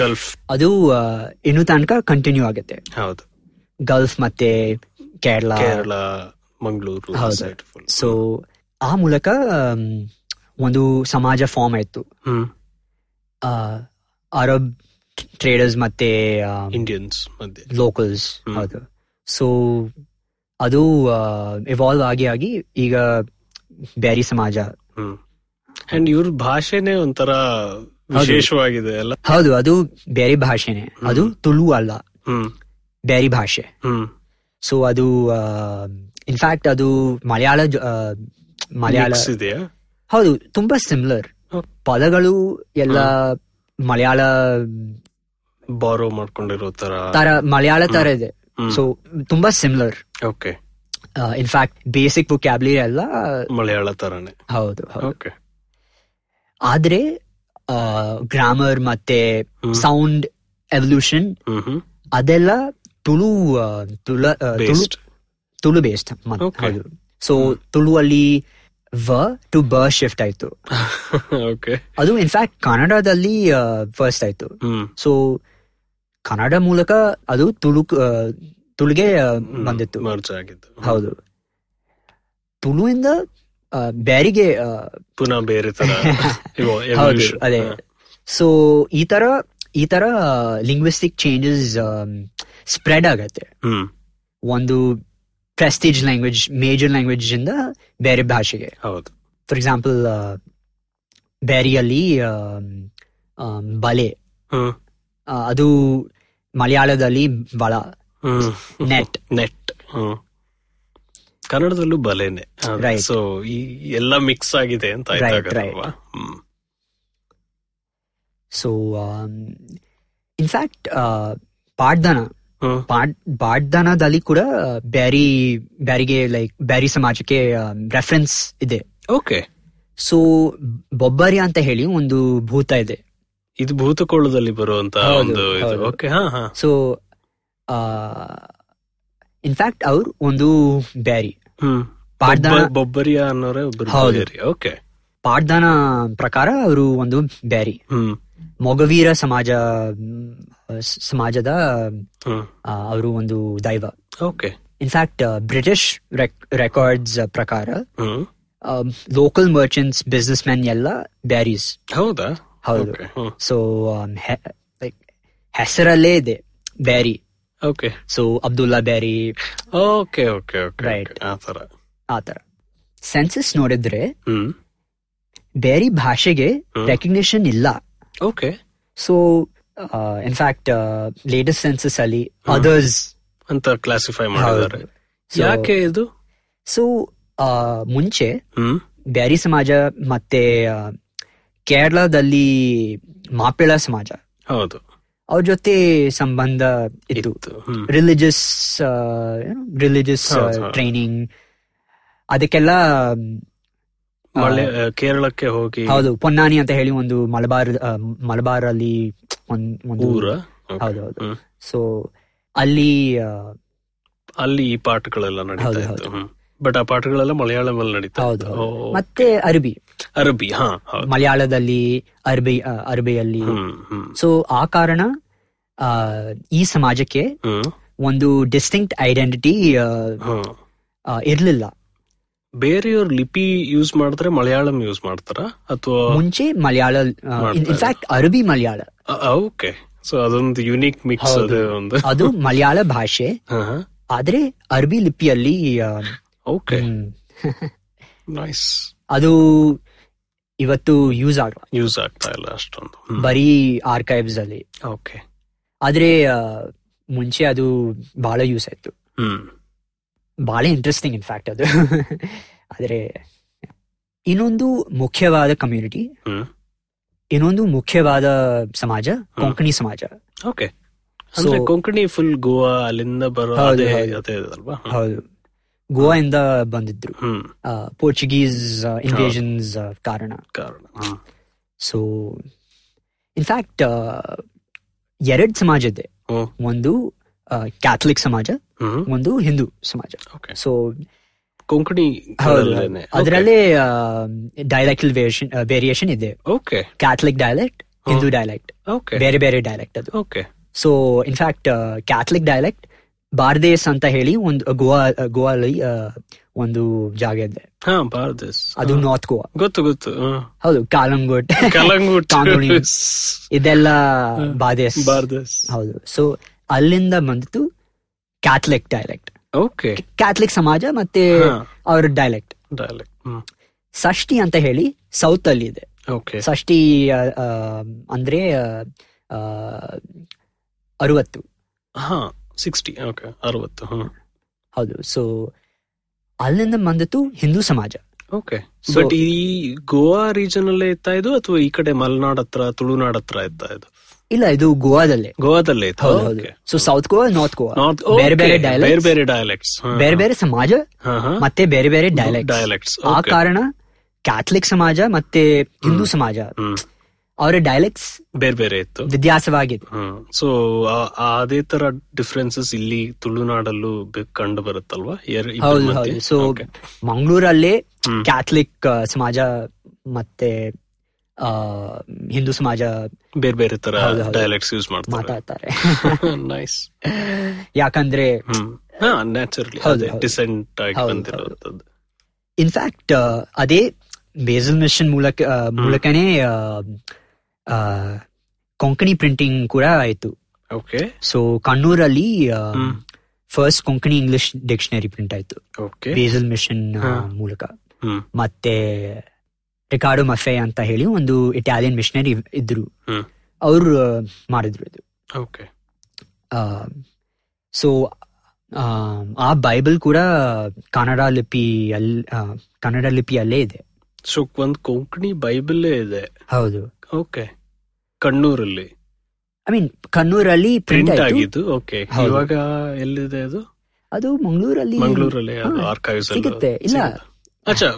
S2: ಗಲ್ಫ್
S6: ಅದು ಆ, ಇನ್ನೂ ತನಕ ಕಂಟಿನ್ಯೂ ಆಗುತ್ತೆ
S2: ಹೌದು
S6: ಗಲ್ಫ್ ಮತ್ತೆ ಕೇರಳ
S2: ಕೇರಳ ಮಂಗಳೂರು
S6: ಹೌದು. ಸೊ ಆ ಮೂಲಕ ಆಮ್, ಒಂದು ಸಮಾಜ ಫಾರ್ಮ್ ಆಯ್ತು
S2: ಹ್ಮ್
S6: ಆ, ಅರಬ್ ಟ್ರೇಡರ್ಸ್ ಮತ್ತೆ
S2: ಇಂಡಿಯನ್ಸ್ ಮಧ್ಯೆ
S6: ಲೋಕಲ್ಸ್
S2: ಹ್ಮ್.
S6: ಹೌದು ಸೊ ಅದು ಇವಾಲ್ವ್ ಆಗಿ ಆಗಿ ಈಗ ಬ್ಯಾರಿ ಸಮಾಜ
S2: ಹ್ಮ್ ಅಂಡ್ ಇವ್ರ ಭಾಷೆನೆ ಒಂಥರ ವಿಶೇಷವಾಗಿದೆ ಅಲ್ಲ
S6: ಹೌದು ಅದು ಬೇರೆ ಭಾಷೆನೆ ಅದು ತುಳು ಅಲ್ಲ
S2: ಹ್ಮ್
S6: ಬೇರೆ ಭಾಷೆ
S2: ಹ್ಮ್
S6: ಸೊ ಅದು ಇನ್ಫ್ಯಾಕ್ಟ್ ಅದು ಮಲಯಾಳ ಜೊ- ಆ, ಮಲಯಾಳ
S2: Mix ಇದೆಯಾ
S6: ಹೌದು ತುಂಬಾ ಸಿಮಿಲರ್
S2: ಹ್ಮ್.
S6: ಪದಗಳು ಎಲ್ಲ ಮಲಯಾಳ
S2: ಬಾರೋ ಮಾಡ್ಕೊಂಡಿರೋ ತರ
S6: ತರ ಮಲಯಾಳ ತರ ಇದೆ ಸೊ ತುಂಬಾ Uh, similar
S2: okay
S6: in fact basic ಬುಕ್ಯಾಬ್ಲಿ ಎಲ್ಲ
S2: ಮಲಯಾಳ ತರಾನೇ
S6: ಹೌದು ಹೌದು
S2: ಓಕೆ
S6: ಆದ್ರೆ ಗ್ರಾಮರ್ ಮತ್ತೆ
S2: hmm.
S6: Sound evolution
S2: hmm hmm
S6: ಅದೆಲ್ಲ ತುಳು ಆ, ತುಳ ಆ, Tulu
S2: based
S6: Tulu based
S2: Okay.
S6: ಹೌದು ಸೊ ತುಳು ಅಲ್ಲಿ ವ ಟು ಬ ಶಿಫ್ಟ್ ಆಯ್ತು
S2: ಓಕೆ
S6: ಅದು ಇನ್ಫ್ಯಾಕ್ಟ್ ಕನ್ನಡದಲ್ಲಿ ಫಸ್ಟ್ ಆಯ್ತು
S2: ಹ್ಮ್
S6: ಸೊ ಕನ್ನಡ ಮೂಲಕ ಅದು ತುಳು ಆ, ತುಳುಗೆ ಆ, ಬಂದಿತ್ತು
S2: ಮರ್ಜ್ ಆಗಿದ್ದು
S6: ಹೌದು ತುಳುವಿಂದ ಆ, ಬ್ಯಾರಿಗೆ ಆ,
S2: ಪುನಃ ಬೇರೆ ತರ ಇವು
S6: ಹೌದು
S2: evolution.
S6: ಅದೇ
S2: ಹ.
S6: ಸೊ ಈ ತರ ಈ ತರ ಲಿಂಗ್ವಿಸ್ಟಿಕ್ ಚೇಂಜಸ್ ಸ್ಪ್ರೆಡ್ ಆಗತ್ತೆ
S2: ಹ್ಮ್
S6: ಒಂದು ಪ್ರೆಸ್ಟೀಜ್ ಲ್ಯಾಂಗ್ವೇಜ್ ಮೇಜರ್ ಲ್ಯಾಂಗ್ವೇಜ್ ಇಂದ ಬೇರೆ ಭಾಷೆಗೆ
S2: ಹೌದು
S6: ಫಾರ್ ಎಕ್ಸಾಂಪಲ್ ಬ್ಯಾರಿಯಲ್ಲಿ ಬಲೆ
S2: ಹ್ಮ್
S6: ಆ, ಅದು ಮಲಯಾಳದಲ್ಲಿ ಬಳ
S2: ಹ್ಮ್
S6: ನೆಟ್
S2: ನೆಟ್ ಹ್ಮ್ ಕನ್ನಡದಲ್ಲೂ ಬಲೆನೆ
S6: Right.
S2: ಸೊ ಈ ಎಲ್ಲ ಮಿಕ್ಸ್ ಆಗಿದೆ ಅಂತ
S6: Right,
S2: ಆಯ್ತಾಗಲ್ವಾ hmm
S6: so um, in fact Paddana
S2: hmm
S6: ಪಾಡ್ ಪಾಡ್ದನದಲ್ಲಿ ಕೂಡ ಬ್ಯಾರಿ ಬ್ಯಾರಿಗೆ ಲೈಕ್ ಬ್ಯಾರಿ ಸಮಾಜಕ್ಕೆ ರೆಫರೆನ್ಸ್ ಇದೆ
S2: ಓಕೆ
S6: ಸೊ ಬೊಬ್ಬರಿ ಅಂತ ಹೇಳಿ ಒಂದು ಭೂತ ಇದೆ
S2: ಇದು ಭೂತಕೋಳದಲ್ಲಿ ಬರುವಂತ
S6: ಹೌದು,
S2: ಒಂದು ಇದು
S6: ಹೌದು.
S2: ಓಕೆ ಹಾ ಹಾ
S6: ಸೊ uh, ಇನ್ಫ್ಯಾಕ್ಟ್ ಅವ್ರು ಒಂದು ಬ್ಯಾರಿ
S2: ಹ್ಮ್
S6: ಪಾಡ್ದನ
S2: ಬೊಬ್ಬ- ಬೊಬ್ಬರಿಯ ಅನ್ನೋರೆ ಒಬ್ರು
S6: ಹೌದು.
S2: ಓಕೆ
S6: ಪಾಡ್ದನ ಪ್ರಕಾರ ಅವರು ಒಂದು ಬ್ಯಾರಿ
S2: ಹ್ಮ್
S6: ಮೊಗವೀರ ಸಮಾಜ ಮ್, ಸ್- ಸಮಾಜದ
S2: ಹ್ಮ್
S6: ಅವರು ಒಂದು ದೈವ
S2: okay
S6: in fact British records uh, ಪ್ರಕಾರ um,
S2: hmm
S6: local merchants businessman ಎಲ್ಲ ಬ್ಯಾರೀಸ್
S2: ಹೌದಾ
S6: ಹೌದು
S2: ಓಕೆ ಹ್ಮ್
S6: ಸೊ ಲೈಕ್ ಹೆಸರಲ್ಲೇ ಇದೆ Beary
S2: okay
S6: so Abdulla Beary
S2: okay okay okay
S6: Right.
S2: ಆತರ
S6: ಆ ಥರ ಸೆನ್ಸಸ್ ನೋಡಿದ್ರೆ
S2: ಹ್ಮ್
S6: ಬ್ಯಾರಿ ಭಾಷೆಗೆ ರೆಕಗ್ನಿಷನ್ ಇಲ್ಲ uh,
S2: okay
S6: so in fact latest census ಅಲ್ಲಿ ಅದರ್ಸ್
S2: ಅಂತ ಕ್ಲಾಸಿಫೈ ಮಾಡಿದ್ದಾರೆ
S6: So-
S2: ಯಾಕೆ ಇದು
S6: ಸೊ ಆ, ಮುಂಚೆ
S2: ಹ್ಮ್
S6: ಬ್ಯಾರಿ ಸಮಾಜ ಮತ್ತೆ ಆ, ಕೇರಳದಲ್ಲಿ ಮಾಪಿಳ ಸಮಾಜ
S2: ಹೌದು
S6: ಅವ್ರ ಜೊತೆ ಸಂಬಂಧ ಇತ್ತು
S2: ಹ್ಮ್
S6: ರಿಲಿಜಿಯಸ್ ರಿಲಿಜಿಯಸ್
S2: ಹೌದ್ ಹೌದ್.
S6: ಟ್ರೈನಿಂಗ್ ಅದಕ್ಕೆಲ್ಲ ಆ,
S2: ಮಳೆ ಆ, ಕೇರಳಕ್ಕೆ ಹೋಗಿ
S6: ಹೌದು ಪೊನ್ನಾನಿ ಅಂತ ಹೇಳಿ ಒಂದು ಮಲಬಾರ್ ಆ, ಮಲಬಾರ್ ಅಲ್ಲಿ ಒಂದ್ ಒಂದು
S2: ಊರ
S6: ಹೌದು ಹೌದು
S2: ಹ್ಮ್.
S6: ಸೊ ಅಲ್ಲಿ ಆ,
S2: ಅಲ್ಲಿ ಈ ಪಾಠಗಳೆಲ್ಲ ನಡೀತಾ
S6: ಹೌದು,
S2: ಇತ್ತು ಬಟ್ ಆ ಪಾಠಗಳೆಲ್ಲ ಮಲಯಾಳಮಲ್ಲಿ ನಡೀತಾ
S6: ಹೌದು
S2: ಇತ್ತು
S6: ಹೌದು.
S2: ಓ,
S6: ಮತ್ತೆ ಅರಬಿ
S2: ಅರಬ್ಬಿ ಹಾ ಹೌದು
S6: ಮಲಯಾಳದಲ್ಲಿ ಅರಬಿ ಆ, ಅರಬಿಯಲ್ಲಿ
S2: ಹ್ಮ್ ಹ್ಮ್
S6: ಸೊ ಆ ಕಾರಣ ಆ, ಈ ಸಮಾಜಕ್ಕೆ
S2: ಹ್ಮ್
S6: ಒಂದು ಡಿಸ್ಟಿಂಕ್ಟ್ ಐಡೆಂಟಿಟಿ
S2: ಹಾ
S6: uh, ಇರ್ಲಿಲ್ಲ
S2: ಬೇರೆಯವ್ರ ಲಿಪಿ ಯೂಸ್ ಮಾಡಿದ್ರೆ ಮಲಯಾಳಂ ಯೂಸ್ ಮಾಡ್ತಾರ ಅಥವಾ
S6: ಮುಂಚೆ ಮಲಯಾಳ uh,
S2: ಮಾಡ್ತಾ
S6: in fact Arabi Malayala
S2: okay so ಅದೊಂದು ಯುನೀಕ್ ಮಿಕ್ಸ್
S6: ಹೌದು.
S2: ಅದು ಒಂದು
S6: ಅದು ಮಲಯಾಳ ಭಾಷೆ ಆದ್ರೆ ಅರಬಿ ಲಿಪಿಯಲ್ಲಿ ಆ,
S2: ಓಕೆ
S6: ಹ್ಮ್,
S2: ನೈಸ್
S6: ಅದು ಇವತ್ತು ಯೂಸ್ ಆಗ
S2: ಯೂಸ್ ಆಗ್ತಾ ಇಲ್ಲ ಅಷ್ಟೊಂದು
S6: ಬರೀ ಆರ್ಕೈವ್ಸ್ ಅಲ್ಲಿ
S2: ಓಕೆ
S6: ಆದ್ರೆ ಆ, ಮುಂಚೆ ಅದು ಬಹಳ ಯೂಸ್ ಆಯ್ತು
S2: ಹ್ಮ್
S6: ಬಹಳ ಇಂಟ್ರೆಸ್ಟಿಂಗ್ ಇನ್ಫ್ಯಾಕ್ಟ್ ಅದು ಆದ್ರೆ ಇನ್ನೊಂದು ಮುಖ್ಯವಾದ ಕಮ್ಯುನಿಟಿ
S2: ಹ್ಮ್
S6: ಇನ್ನೊಂದು ಮುಖ್ಯವಾದ ಸಮಾಜ ಕೊಂಕಣಿ ಸಮಾಜ
S2: ಓಕೆ ಅಂದ್ರೆ ಕೊಂಕಣಿ ಫುಲ್ ಗೋವಾ ಅಲ್ಲಿಂದ ಬರೋ
S6: ಹೌದು,
S2: ಅದೇ
S6: ಹೌದು.
S2: ಅದೇ ಅಲ್ವಾ ಹ್ಮ್.
S6: ಹೌದು ಗೋವಾ ಇಂದ ಬಂದಿದ್ರು
S2: ಹ್ಮ್
S6: ಆ, ಪೋರ್ಚುಗೀಸ್ ಇನ್ವೇಷನ್ಸ್ ಕಾರಣ
S2: ಕಾರಣ ಹ್ಮ್.
S6: ಸೊ ಇನ್ಫ್ಯಾಕ್ಟ್ ಎರಡ್ ಸಮಾಜ ಇದೆ
S2: ಹ್ಮ್.
S6: ಒಂದು ಕ್ಯಾಥಲಿಕ್ ಸಮಾಜ
S2: ಹ್ಮ್
S6: ಒಂದು ಹಿಂದೂ ಸಮಾಜ
S2: ಓಕೆ
S6: ಸೊ
S2: ಕೊಂಕಣಿ
S6: ಹೌದು ಅದರಲ್ಲೇ ಡೈಲೆಕ್ಟಲ್ ವೇರಿಯೇಷನ್ ವೇರಿಯೇಷನ್ ಇದೆ
S2: okay
S6: Catholic dialect Hindu dialect
S2: okay
S6: ಬೇರೆ ಬೇರೆ ಡೈಲೆಕ್ಟ್ ಅದು
S2: okay
S6: so in fact Catholic dialect Bardez ಅಂತ ಹೇಳಿ ಒಂದು ಗೋವಾ ಗೋವಾಲಿ ಆ, ಒಂದು ಜಾಗ ಇದೆ
S2: ಹಾ ಬಾರ್ದೇಸ್
S6: ಅದು
S2: ಹಾ.
S6: ನಾರ್ತ್ ಗೋವಾ
S2: ಗೊತ್ತು ಗೊತ್ತು ಹಾ.
S6: ಹೌದು ಕಾಲಂಗೋಟ್
S2: ಕಲಂಗುಟ್
S6: ಕಾಂಗುಳಿ. ಇದೆಲ್ಲ ಬಾರ್ದೇಸ್
S2: ಬಾರ್ದೇಸ್
S6: ಹೌದು ಸೊ ಅಲ್ಲಿಂದ ಬಂದಿತ್ತು ಕ್ಯಾಥಲಿಕ್ ಡೈಲೆಕ್ಟ್
S2: ಓಕೆ
S6: ಕ್ಯಾಥಲಿಕ್ ಸಮಾಜ ಮತ್ತೆ
S2: ಹಾ.
S6: ಅವ್ರ ಡೈಲೆಕ್ಟ್
S2: ಡೈಲೆಕ್ಟ್ ಹ್ಮ್
S6: ಷಷ್ಠಿ ಅಂತ ಹೇಳಿ ಸೌತ್ ಅಲ್ಲಿ ಇದೆ
S2: ಓಕೆ
S6: ಷಷ್ಠಿ ಆ, ಆ, ಅಂದ್ರೆ ಆ, ಆ, ಅರುವತ್ತು
S2: ಹಾ ಸಿಕ್ಸ್ಟಿ ಓಕೆ ಅರವತ್ತು ಹ್ಮ್
S6: ಹೌದು ಸೊ ಅಲ್ಲಿಂದ ಬಂದಿತ್ತು ಹಿಂದೂ ಸಮಾಜ
S2: ಓಕೆ
S6: So-
S2: ಬಟ್ ಈ ಗೋವಾ ರೀಜನ್ ಅಲ್ಲೇ ಇತ್ತಾ ಇದು ಅಥವಾ ಈ ಕಡೆ ಮಲೆನಾಡ್ ಹತ್ರ ತುಳುನಾಡ್ ಹತ್ರ ಇತ್ತಾ ಇದು
S6: ಇಲ್ಲ ಇದು ಗೋವಾದಲ್ಲೇ
S2: ಗೋವಾದಲ್ಲೇ ಇತ್ತಾ
S6: ಹೌದು ಹೌದು so south Goa north Goa
S2: north
S6: ಬೇರೆ
S2: ಬೇರೆ
S6: ಬೇರೆ ಡೈಲೆಕ್ಟ್
S2: ಬೇರೆ ಡೈಲೆಕ್ಟ್ಸ್
S6: ಬೇರೆ ಬೇರೆ ಸಮಾಜ ಮತ್ತೆ ಬೇರೆ ಬೇರೆ ಡೈಲೆಕ್ಟ್
S2: ಡೈಲೆಕ್ಟ್ಸ್
S6: ಆ ಕಾರಣ ಕ್ಯಾಥಲಿಕ್ ಸಮಾಜ ಮತ್ತೆ ಹಿಂದೂ ಸಮಾಜ
S2: ಹ್ಮ್
S6: ಅವರ ಡೈಲೆಕ್ಟ್ಸ್
S2: ಬೇರೆ ಬೇರೆ ಇತ್ತು
S6: ವ್ಯತ್ಯಾಸವಾಗಿದೆ
S2: ಹ್ಮ್ ಸೊ ಅದೇ ತರ ಡಿಫ್ರೆನ್ಸಸ್ ಇಲ್ಲಿ ತುಳುನಾಡಲ್ಲೂ ಬೆ- ಕಂಡು ಬರುತ್ತಲ್ವಾ ಎರ್- ಇಬ್ರ
S6: ಹೌದು
S2: ಮಧ್ಯೆ?
S6: ಹೌದು ಸೊ
S2: Okay.
S6: ಮಂಗಳೂರಲ್ಲೇ
S2: ಹ್ಮ್.
S6: ಕ್ಯಾಥಲಿಕ್ ಆ, ಸಮಾಜ ಮತ್ತೆ ಆ, ಹಿಂದೂ ಸಮಾಜ
S2: ಬೇರೆ ಬೇರೆ ತರ
S6: ಹೌದು, ಹೌದು.
S2: ಡೈಲೆಕ್ಟ್ಸ್ ಯೂಸ್ ಮಾಡ್ತಾರೆ
S6: ಮಾತಾಡ್ತಾರೆ
S2: ನೈಸ್
S6: ಯಾಕಂದ್ರೆ
S2: ಹ್ಮ್ ಹಾ ನ್ಯಾಚುರಲಿ
S6: ಹೌದು,
S2: ಅದೇ
S6: ಹೌದು.
S2: ಡಿಸೆಂಟ್ ಆಗಿ
S6: ಹೌದು,
S2: ಬಂದಿರುವಂತದ್ದು
S6: ಇನ್ಫ್ಯಾಕ್ಟ್ ಅದೇ ಬೇಸಲ್ ಮಿಷನ್ ಮೂಲಕ ಆ, ಮೂಲಕನೇ ಆ, ಆ, ಕೊಂಕಣಿ ಪ್ರಿಂಟಿಂಗ್ ಕೂಡ ಆಯ್ತು
S2: ಓಕೆ
S6: ಸೊ ಕಣ್ಣೂರಲ್ಲಿ
S2: hmm.
S6: First Konkani English dictionary print ಆಯ್ತು
S2: ಓಕೆ
S6: ಬೇಸಲ್ ಮಿಷನ್
S2: ಹಾ.
S6: ಮೂಲಕ
S2: ಹ್ಮ್
S6: ಮತ್ತೆ ರಿಕಾರ್ಡೋ ಮಫೆ ಅಂತ ಹೇಳಿ ಒಂದು ಇಟಾಲಿಯನ್ ಮಿಷನರಿ ಇದ್ರು
S2: ಹ್ಮ್.
S6: ಅವರು ಮಾಡಿದ್ರು ಇದು
S2: ಓಕೆ
S6: ಸೊ Um, ಆ ಬೈಬಲ್ ಕೂಡ ಕನ್ನಡ ಲಿಪಿಯಲ್ಲಿ ಆ, ಕನ್ನಡ ಲಿಪಿಯಲ್ಲೇ ಇದೆ
S2: ಸೊ ಒಂದ್ ಕೊಂಕಣಿ ಬೈಬಲ್ ಇದೆ
S6: ಹೌದು
S2: ಓಕೆ ಕಣ್ಣೂರಲ್ಲಿ
S6: ಐ ಮೀನ್ ಕಣ್ಣೂರಲ್ಲಿ ಪ್ರಿಂಟ್
S2: ಪ್ರಿಂಟ್
S6: ಆಯ್ತು
S2: ಆಗಿದ್ದು ಓಕೆ
S6: ಹೌದು.
S2: ಇವಾಗ ಎಲ್ಲಿದೆ ಅದು
S6: ಅದು ಮಂಗಳೂರಲ್ಲಿ
S2: ಮಂಗಳೂರಲ್ಲಿ
S6: ಹಾ,
S2: ಆರ್ಕೈವ್ಸ್
S6: ಸಿಗುತ್ತೆ ಇಲ್ಲ
S2: ಅಚ್ಚಾ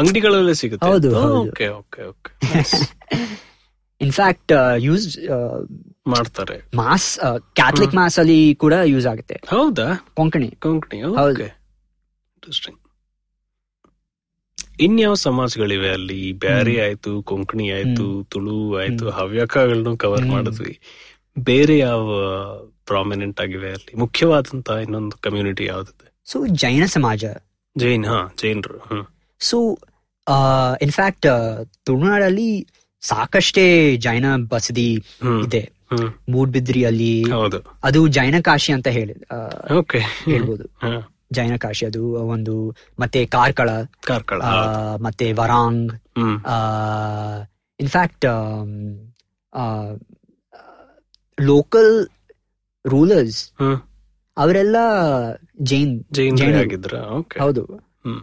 S2: ಅಂಗಡಿಗಳಲ್ಲೇ ಸಿಗುತ್ತೆ
S6: ಹೌದು, ಹೌದು.
S2: Okay okay okay
S6: in fact use uh,
S2: ಮಾಡ್ತಾರೆ
S6: ಮಾಸ್ ಕ್ಯಾಥಲಿಕ್ ಮಾಸ್ ಅಲ್ಲಿ uh, ಕೂಡ ಯೂಸ್ ಆಗುತ್ತೆ
S2: ಹೌದಾ
S6: ಕೊಂಕಣಿ
S2: ಕೊಂಕಣಿ
S6: ಹೌದು.
S2: ಓಕೆ ಇಂಟ್ರೆಸ್ಟಿಂಗ್ ಇನ್ಯಾವ ಸಮಾಜಗಳಿವೆ ಅಲ್ಲಿ ಬ್ಯಾರಿ ಆಯ್ತು ಕೊಂಕಣಿ ಆಯ್ತು ತುಳು ಆಯ್ತು ಹವ್ಯಕಗಳನ್ನೂ ಕವರ್
S6: ಹ್ಮ್.
S2: ಮಾಡಿದ್ವಿ ಬೇರೆ ಯಾವ ಪ್ರಾಮಿನೆಂಟ್ ಆಗಿವೆ ಅಲ್ಲಿ ಮುಖ್ಯವಾದಂತ ಇನ್ನೊಂದು ಕಮ್ಯುನಿಟಿ ಯಾವ್ದಿದೆ
S6: ಸೊ ಜೈನ ಸಮಾಜ
S2: ಜೈನ್ ಹಾ ಜೈನರು ಹ್ಮ್
S6: ಸೊ uh, ಇನ್ಫ್ಯಾಕ್ಟ್ ತುಳುನಾಡಲ್ಲಿ ಸಾಕಷ್ಟೇ ಜೈನ ಬಸದಿ
S2: ಹ್ಮ್.
S6: ಇದೆ
S2: ಹ್ಮ್
S6: ಮೂಡ್ಬಿದ್ರಿಯಲ್ಲಿ
S2: ಹೌದು
S6: ಅದು ಜೈನ ಕಾಶಿ ಅಂತ ಹೇಳಿ ಆ,
S2: ಓಕೆ
S6: ಹೇಳ್ಬೋದು ಜೈನ ಕಾಶಿ ಅದು ಒಂದು ಮತ್ತೆ ಕಾರ್ಕಳ
S2: ಕಾರ್ಕಳ
S6: ಆ, ಮತ್ತೆ ವರಾಂಗ್
S2: hmm
S6: in fact local rulers
S2: hmm
S6: ಅವರೆಲ್ಲ ಜೈನ್
S2: ಜೈನ್
S6: ಜೈನರು.
S2: ಆಗಿದ್ರ ಓಕೆ
S6: ಹೌದು
S2: ಹ್ಮ್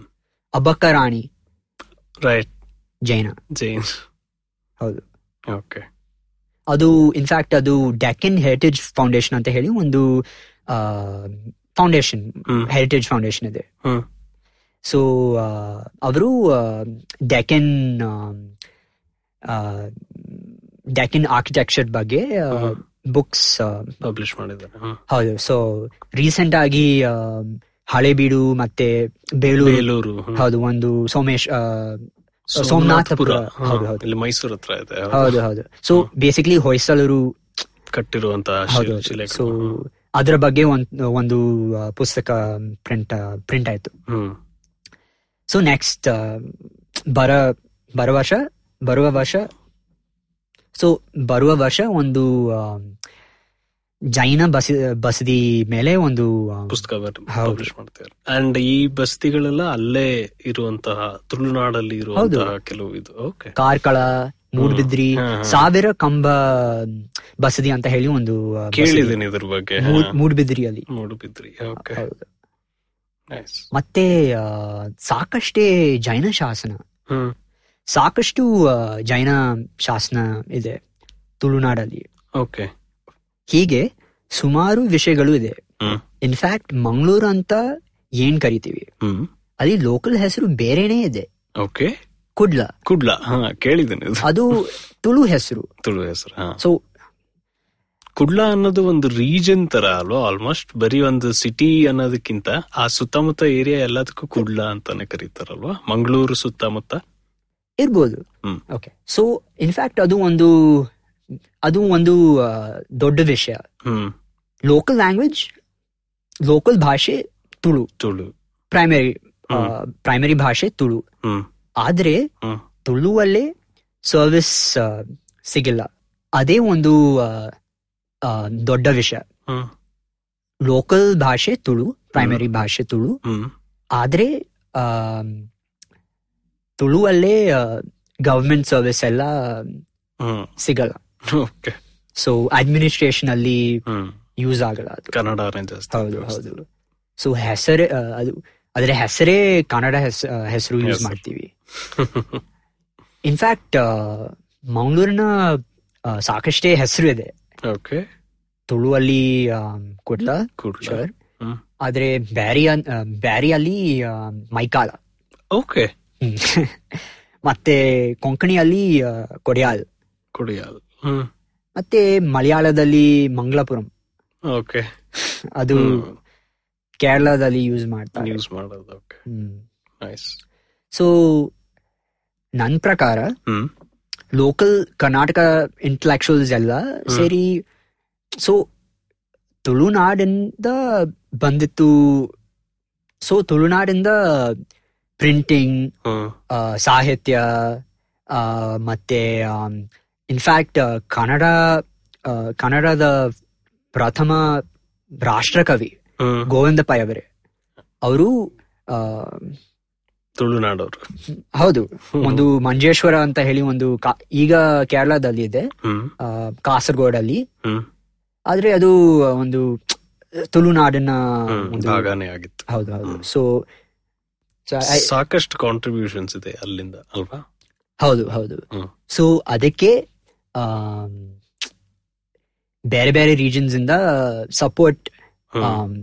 S6: ಅಬ್ಬಕ್ಕ ರಾಣಿ
S2: ರೈಟ್
S6: ಜೈನ
S2: ಜೈನ್
S6: ಹೌದು
S2: ಓಕೆ
S6: ಅದು ಇನ್ಫ್ಯಾಕ್ಟ್ ಅದು ಡ್ಯಾಕೆನ್ ಹೆರಿಟೇಜ್ ಫೌಂಡೇಶನ್ ಅಂತ ಹೇಳಿ ಒಂದು ಫೌಂಡೇಶನ್
S2: ಹ್ಮ್.
S6: ಹೆರಿಟೇಜ್ ಫೌಂಡೇಶನ್ ಇದೆ
S2: ಹ್ಮ್
S6: ಸೊ ಅವರು ಡ್ಯಾಕೆನ್ ಡ್ಯಾಕೆನ್ ಆರ್ಕಿಟೆಕ್ಚರ್ ಬಗ್ಗೆ ಬುಕ್ಸ್
S2: ಪಬ್ಲಿಷ್ ಮಾಡಿದ್ದಾರೆ ಹ್ಮ್.
S6: ಹೌದು ಸೊ ರೀಸೆಂಟ್ ಆಗಿ ಆ, ಹಳೆಬೀಡು ಮತ್ತೆ ಬೇಲೂರು
S2: ಬೇಲೂರು ಹ್ಮ್.
S6: ಹೌದು ಒಂದು ಸೋಮೇಶ್ ಆ, ಸೋಮನಾಥಪುರ
S2: ಸೋಮನಾಥಪುರ ಹಾ,
S6: ಹೌದು ಹೌದು
S2: ಇಲ್ಲಿ ಮೈಸೂರ್ ಹತ್ರ ಇದೆ
S6: ಹೌದು ಹೌದು ಸೊ ಬೇಸಿಕ್ಲಿ ಹೊಯ್ಸಳರು
S2: ಕಟ್ಟಿರುವಂತಹ
S6: ಹೌದು
S2: ಶಿಲೆ- ಶಿಲೆಗಳು.
S6: ಸೊ ಅದರ ಬಗ್ಗೆ ಒಂದ್ ಒಂದು ಆ, ಪುಸ್ತಕ ಪ್ರಿಂಟ್ ಪ್ರಿಂಟ್ ಆಯ್ತು
S2: ಹ್ಮ್
S6: ಸೊ ನೆಕ್ಸ್ಟ್ ಬರ ಬರೋ ವರ್ಷ ಬರುವ ವರ್ಷ ಸೊ ಬರುವ ವರ್ಷ ಒಂದು um, ಆ, ಜೈನ ಬಸ ಬಸದಿ ಮೇಲೆ ಒಂದು um, ಆ,
S2: ಪುಸ್ತಕ
S6: ಹೌದು.
S2: ಪಬ್ಲಿಷ್ ಮಾಡ್ತಾರೆ ಅಂಡ್ ಈ ಬಸ್ತಿಗಳೆಲ್ಲ ಅಲ್ಲೇ ಇರುವಂತಹ ತುಳುನಾಡಲ್ಲಿ ಇರುವಂತಹ ಕೆಲವು ಇದು ಓಕೆ
S6: ಕಾರ್ಕಳ ಮೂಡ್ಬಿದ್ರಿ
S2: ಹ್ಮ್, ಹ್ಮ್, ಹ್ಮ್.
S6: ಸಾವಿರ ಕಂಬ ಬಸದಿ ಅಂತ ಹೇಳಿ ಒಂದು ಆ, ಬಸದಿ.
S2: ಕೇಳಿದ್ದೀನಿ ಇದ್ರ ಬಗ್ಗೆ ಹಾ.
S6: ಮೂಡ್- ಮೂಡ್ಬಿದ್ರಿಯಲ್ಲಿ
S2: ಮೂಡುಬಿದ್ರಿ ಓಕೆ
S6: ಹೌದು.
S2: ನೈಸ್
S6: ಮತ್ತೆ ಆ, ಸಾಕಷ್ಟೇ ಜೈನ ಶಾಸನ
S2: ಹ್ಮ್
S6: ಸಾಕಷ್ಟು ಆ, ಜೈನ ಶಾಸನ ಇದೆ ತುಳುನಾಡಲ್ಲಿ
S2: ಓಕೆ
S6: ಹೀಗೆ ಸುಮಾರು ವಿಷಯಗಳು ಇದೆ
S2: ಹ್ಮ್
S6: ಇನ್ಫ್ಯಾಕ್ಟ್ ಮಂಗಳೂರು ಅಂತ ಏನ್ ಕರಿತೀವಿ
S2: ಹ್ಮ್
S6: ಅಲ್ಲಿ ಲೋಕಲ್ ಹೆಸರು ಬೇರೆನೇ ಇದೆ
S2: ಓಕೆ
S6: ಕುಡ್ಲ
S2: ಕುಡ್ಲ ಹಾ ಕೇಳಿದ್ದೀನಿ ಇದು
S6: ಅದು ತುಳು ಹೆಸರು
S2: ತುಳು ಹೆಸರು ಹಾ
S6: ಸೊ
S2: ಕುಡ್ಲ ಅನ್ನೋದು ಒಂದು ರೀಜನ್ ತರ ಅಲ್ವಾ ಆಲ್ಮೋಸ್ಟ್ ಬರೀ ಒಂದು ಸಿಟಿ ಅನ್ನೋದಕ್ಕಿಂತ ಆ ಸುತ್ತಮುತ್ತ ಏರಿಯಾ ಎಲ್ಲದಕ್ಕೂ ಕುಡ್ಲ ಅಂತಾನೆ ಕರೀತಾರಲ್ವಾ ಮಂಗಳೂರು ಸುತ್ತಮುತ್ತ
S6: ಇರ್ಬೋದು
S2: ಹ್ಮ್.
S6: ಓಕೆ ಸೊ ಇನ್ಫ್ಯಾಕ್ಟ್ ಅದು ಒಂದು ಅದು ಒಂದು ಆ, ದೊಡ್ಡ ವಿಷಯ
S2: ಹ್ಮ್
S6: ಲೋಕಲ್ ಲ್ಯಾಂಗ್ವೇಜ್ ಲೋಕಲ್ ಭಾಷೆ Tulu
S2: Tulu
S6: primary
S2: hmm.
S6: Primary ಭಾಷೆ ತುಳು
S2: ಹ್ಮ್
S6: ಆದ್ರೆ
S2: ಹ್ಮ್
S6: ತುಳುವಲ್ಲೇ ಸರ್ವಿಸ್ ಸಿಗಿಲ್ಲ ಅದೇ ಒಂದು ಆ, ಆ, ದೊಡ್ಡ ವಿಷಯ
S2: ಹ್ಮ್
S6: ಲೋಕಲ್ ಭಾಷೆ ತುಳು ಪ್ರೈಮರಿ ಭಾಷೆ ತುಳು
S2: ಹ್ಮ್
S6: ಆದ್ರೆ ಆಮ್, ತುಳುವಲ್ಲೇ ಗವರ್ಮೆಂಟ್ ಸರ್ವಿಸ್ ಎಲ್ಲ
S2: ಹ್ಮ್
S6: ಸಿಗಲ್ಲ
S2: ಓಕೆ
S6: ಸೊ ಅಡ್ಮಿನಿಸ್ಟ್ರೇಷನ್ ಅಲ್ಲಿ
S2: ಹ್ಮ್
S6: ಯೂಸ್ ಆಗಲ್ಲ ಅದು
S2: ಕನ್ನಡನೇ ಜಾಸ್ತಿ
S6: ಹೌದು ಹೌದು ಸೊ ಹೆಸರೇ ಆ, ಅದು ಅದರ ಹೆಸರೇ ಕನ್ನಡ ಹೆಸ- ಆ, ಹೆಸರು ಯೂಸ್
S2: Yes.
S6: ಮಾಡ್ತೀವಿ ಇನ್ಫ್ಯಾಕ್ಟ್ ಮಂಗಳೂರಿನ ಆ, ಸಾಕಷ್ಟೇ ಹೆಸರು ಇದೆ
S2: ಓಕೆ
S6: ತುಳುವಲ್ಲಿ am, Kudla
S2: Kudla
S6: shore
S2: hmm
S6: ಆದ್ರೆ ಬ್ಯಾರಿ ಅನ್- ಆ, ಬ್ಯಾರಿಯಲ್ಲಿ ಆಮ್, ಮೈಕಾಲ
S2: ಓಕೆ
S6: ಹ್ಮ್. ಮತ್ತೆ ಕೊಂಕಣಿಯಲ್ಲಿ ಆ, ಕೊಡಿಯಾಲ್
S2: ಕುಡಿಯಾಲ್ ಹ್ಮ್
S6: ಮತ್ತೆ ಮಲಯಾಳದಲ್ಲಿ ಮಂಗಳಪುರಂ
S2: ಓಕೆ
S6: ಅದು ಕೇರಳದಲ್ಲಿ ಯೂಸ್ ಮಾಡ್ತಾರೆ
S2: ಯೂಸ್ ಮಾಡೋದು ಓಕೆ ನೈಸ್
S6: ಸೊ ನನ್ನ ಪ್ರಕಾರ
S2: ಹ್ಮ್
S6: ಲೋಕಲ್ ಕರ್ನಾಟಕ ಇಂಟಲೆಕ್ಚುವಲ್ಸ್ ಎಲ್ಲ ಸೇರಿ ಸೊ ತುಳುನಾಡಿಂದ ಬಂದಿತ್ತು ಸೊ ತುಳುನಾಡಿಂದ ಪ್ರಿಂಟಿಂಗ್
S2: ಹ್ಮ್
S6: ಸಾಹಿತ್ಯ ಆ, ಮತ್ತೆ ಇನ್ಫ್ಯಾಕ್ಟ್ ಕನ್ನಡ ಆ, ಕನ್ನಡದ ಪ್ರಥಮ ರಾಷ್ಟ್ರಕವಿ
S2: ಹ್ಮ್
S6: ಗೋವಿಂದ ಪೈ ಅವರೇ ಅವರು
S2: ತುಳುನಾಡೋರು
S6: ಹೌದು ಒಂದು ಮಂಜೇಶ್ವರ ಅಂತ ಹೇಳಿ ಒಂದು ಕಾ- ಈಗ ಕೇರಳದಲ್ಲಿ ಇದೆ
S2: ಹ್ಮ್
S6: ಆ, ಕಾಸರಗೋಡಲ್ಲಿ
S2: ಹ್ಮ್
S6: ಆದ್ರೆ ಅದು ಒಂದು ತುಳುನಾಡಿನ
S2: ಹ್ಮ್
S6: ಒಂದು
S2: ಭಾಗನೇ ಆಗಿತ್ತು
S6: ಹೌದು ಹೌದು
S2: ಹ್ಮ್.
S6: ಸೊ
S2: ಸಾಕಷ್ಟು ಕಾಂಟ್ರಿಬ್ಯೂಷನ್ಸ್ ಇದೆ ಅಲ್ಲಿಂದ ಅಲ್ವಾ
S6: ಹೌದು ಹೌದು
S2: ಹ್ಮ್.
S6: ಸೊ ಅದಕ್ಕೆ ಆಮ್, ಬೇರೆ ಬೇರೆ ರೀಜನ್ಸ್ ಇಂದ ಸಪೋರ್ಟ್
S2: ಹ್ಮ್.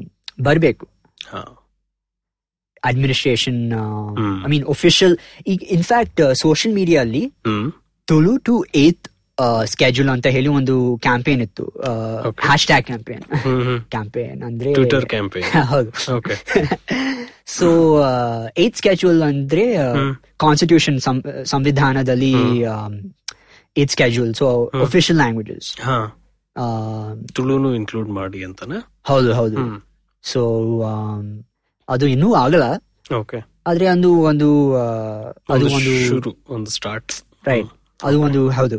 S6: ಬರಬೇಕು
S2: ಹಾ.
S6: Administration
S2: hmm.
S6: I mean official ಈಗ ಇನ್ಫ್ಯಾಕ್ಟ್ ಸೋಷಿಯಲ್ ಮೀಡಿಯಲ್ಲಿ
S2: ಹ್ಮ್
S6: ತುಳು ಟು ಏತ್ ಸ್ಕೆಡ್ಯೂಲ್ ಅಂತ ಹೇಳಿ ಒಂದು ಕ್ಯಾಂಪೇನ್ ಇತ್ತು
S2: Okay.
S6: Hashtag campaign
S2: hmm
S6: campaign ಅಂದ್ರೆ
S2: ಟ್ವಿಟರ್ ಕ್ಯಾಂಪೇನ್
S6: ಹೌದು
S2: ಓಕೆ
S6: ಸೊ ಏತ್ ಸ್ಕೆಡ್ಯೂಲ್ ಅಂದ್ರೆ
S2: ಹ್ಮ್.
S6: ಕಾನ್ಸ್ಟಿಟ್ಯೂಷನ್ ಸಂವಿಧಾನದಲ್ಲಿ eighth schedule so
S2: hmm.
S6: Official languages
S2: ಹಾ ತುಳುನು ಇನ್ಕ್ಲೂಡ್ ಮಾಡಿ ಅಂತಾನೆ
S6: ಹೌದು ಹೌದು
S2: ಹ್ಮ್
S6: ಸೊ ಅದು ಇನ್ನೂ ಆಗಲ್ಲ
S2: ಓಕೆ
S6: ಆದ್ರೆ ಒಂದು ಒಂದು ಆ, ಅದು ಒಂದು
S2: ಶುರು ಒಂದು ಸ್ಟಾರ್ಟ್
S6: ರೈಟ್ ಅದು ಒಂದು ಹೌದು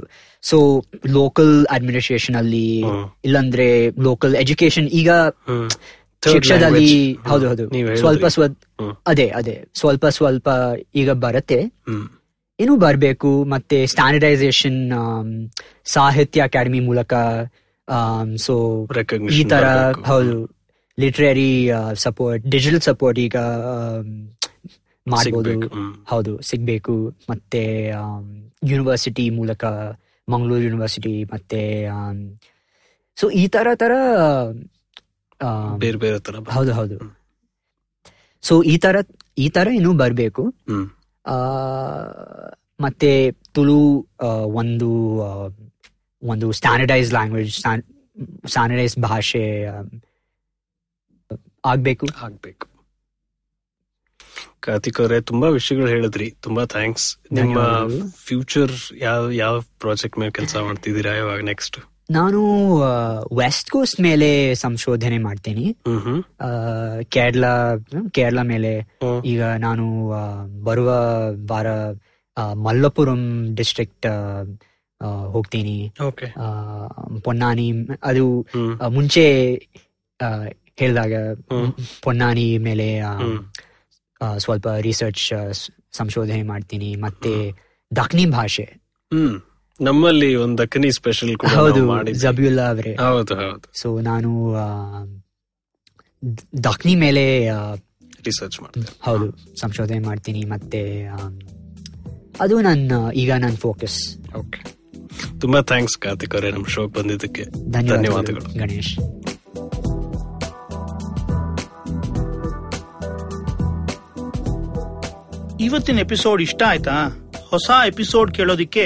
S6: ಸೊ ಲೋಕಲ್ ಅಡ್ಮಿನಿಸ್ಟ್ರೇಷನ್ ಅಲ್ಲಿ
S2: ಹ್ಮ್.
S6: ಇಲ್ಲಾಂದ್ರೆ ಲೋಕಲ್ ಎಜುಕೇಶನ್ ಈಗ
S2: ಹ್ಮ್
S6: ಶಿಕ್ಷಣದಲ್ಲಿ ಹೌದು ಹೌದು ಸ್ವಲ್ಪ ಸ್ವಲ್ಪ
S2: ಹ್ಮ್.
S6: ಅದೇ ಅದೇ ಸ್ವಲ್ಪ ಸ್ವಲ್ಪ ಈಗ ಬರುತ್ತೆ
S2: ಹ್ಮ್
S6: ಇನ್ನೂ ಬರಬೇಕು ಮತ್ತೆ ಸ್ಟ್ಯಾಂಡರ್ಡೈಸೇಷನ್ ಸಾಹಿತ್ಯ ಅಕಾಡೆಮಿ ಮೂಲಕ ಸೊ ಈ
S2: ರೆಕಗ್ನಿಷನ್
S6: ತರ ಹೌದು ಲಿಟ್ರರಿ ಸಪೋರ್ಟ್ ಡಿಜಿಟಲ್ ಸಪೋರ್ಟ್ ಈಗ ಆಮ್, ಮಾಡ್ಬೋದು
S2: ಸಿಗ್ಬೇಕು, ಹ್ಮ್.
S6: ಹೌದು ಸಿಗಬೇಕು ಮತ್ತೆ ಯೂನಿವರ್ಸಿಟಿ ಮೂಲಕ ಮಂಗಳೂರು ಯೂನಿವರ್ಸಿಟಿ ಮತ್ತೆ ಸೊ ಈ ತರ ತರ ಆಮ್,
S2: ಬೇರೆ ಬೇರೆ ತರ ಬ-
S6: ಹೌದು ಹೌದು
S2: ಹ್ಮ್.
S6: ಸೊ ಈ ತರ ಈ ತರ ಇನ್ನೂ ಬರಬೇಕು
S2: ಹ್ಮ್
S6: ಮತ್ತೆ ತುಳು ಆ, ಒಂದು ಆ, ಒಂದು ಸ್ಟ್ಯಾಂಡರ್ಡೈಸ್ ಲ್ಯಾಂಗ್ವೇಜ್ ಸ್ಟ್ಯಾಂಡರ್ಡೈಸ್ ಭಾಷೆ ಆ, ಆಗ್ಬೇಕು
S2: ಆಗ್ಬೇಕು ಕಾರ್ತಿಕ್ ಅವರೇ ತುಂಬಾ ವಿಷಯಗಳು ಹೇಳಿದ್ರಿ ತುಂಬಾ ಥ್ಯಾಂಕ್ಸ್ ನಿಮ್ಮ
S6: ಧನ್ಯವಾದಗಳು.
S2: ಫ್ಯೂಚರ್ ಯಾವ ಯಾವ ಪ್ರಾಜೆಕ್ಟ್ ಮೇಲೆ ಕೆಲಸ ಮಾಡ್ತಿದ್ದೀರಾ ಇವಾಗ ನೆಕ್ಸ್ಟ್
S6: ನಾನು ವೆಸ್ಟ್ ಕೋಸ್ಟ್ ಮೇಲೆ ಸಂಶೋಧನೆ ಮಾಡ್ತೀನಿ
S2: ಹ್ಮ್ ಹ್ಮ್
S6: ಆ, ಕೇರಳ ಕೇರಳ ಮೇಲೆ
S2: ಹ್ಮ್.
S6: ಈಗ ನಾನು ಆ, ಬರುವ ವಾರ ಆ, ಮಲ್ಲಪುರಂ ಡಿಸ್ಟ್ರಿಕ್ಟ್ ಹೋಗ್ತೀನಿ
S2: ಓಕೆ
S6: ಆ, ಪೊನ್ನಾನಿ ಅದು
S2: ಹ್ಮ್
S6: ಆ, ಮುಂಚೆ ಆ, ಹೇಳಿದಾಗ
S2: ಹ್ಮ್.
S6: ಪೊನ್ನಾನಿ ಮೇಲೆ ಆ,
S2: ಹ್ಮ್.
S6: ಆ, ಸ್ವಲ್ಪ ರಿಸರ್ಚ್ ಸಂಶೋಧನೆ ಮಾಡ್ತೀನಿ ಮತ್ತೆ ದಕ್ನಿ ಭಾಷೆ
S2: ಹ್ಮ್ ನಮ್ಮಲ್ಲಿ ಒಂದು ದಕ್ಕನಿ ಸ್ಪೆಷಲ್ ಕೂಡ
S6: ಹೌದು
S2: ನಾವು ಮಾಡಿದ್ವಿ.
S6: ಜಬಿಯುಲ್ಲಾ ಅವರೇ
S2: ಹೌದು ಹೌದು
S6: ಸೊ ನಾನು ಆ, ದ್- ದಕ್ನಿ ಮೇಲೆ ಆ,
S2: ರಿಸರ್ಚ್ ಮಾಡ್ತೇವೆ
S6: ಹೌದು ಸಂಶೋಧನೆ ಮಾಡ್ತೀನಿ ಮತ್ತೆ ಆ, ಅದು ನನ್ನ ಈಗ ನನ್ನ ಫೋಕಸ್
S2: ಓಕೆ ತುಂಬಾ ಥ್ಯಾಂಕ್ಸ್ ಕಾರ್ತಿಕ್ ಅವರೇ ನಮ್ಮ ಶೋಗೆ ಬಂದಿದ್ದಕ್ಕೆ ಧನ್ಯವಾದಗಳು
S6: ಧನ್ಯವಾದಗಳು ಗಣೇಶ್
S4: ಇವತ್ತಿನ ಎಪಿಸೋಡ್ ಇಷ್ಟ ಆಯ್ತಾ ಹೊಸ ಎಪಿಸೋಡ್ ಕೇಳೋದಿಕ್ಕೆ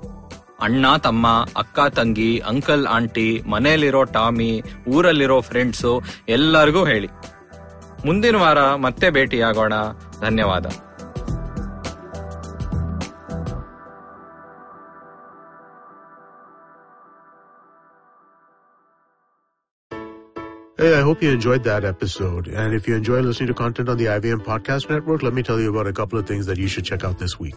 S3: ಅಣ್ಣ ತಮ್ಮ ಅಕ್ಕ ತಂಗಿ ಅಂಕಲ್ ಆಂಟಿ ಮನೆಯಲ್ಲಿರೋ ಟಾಮಿ ಊರಲ್ಲಿರೋ ಫ್ರೆಂಡ್ಸು ಎಲ್ಲರಿಗೂ ಹೇಳಿ ಮುಂದಿನ ವಾರ ಮತ್ತೆ ಭೇಟಿಯಾಗೋಣ ಧನ್ಯವಾದ
S7: Hey, I hope you enjoyed that episode. And if you enjoy listening to content on the IVM Podcast Network, let me tell you about a couple of things that you should check out this week.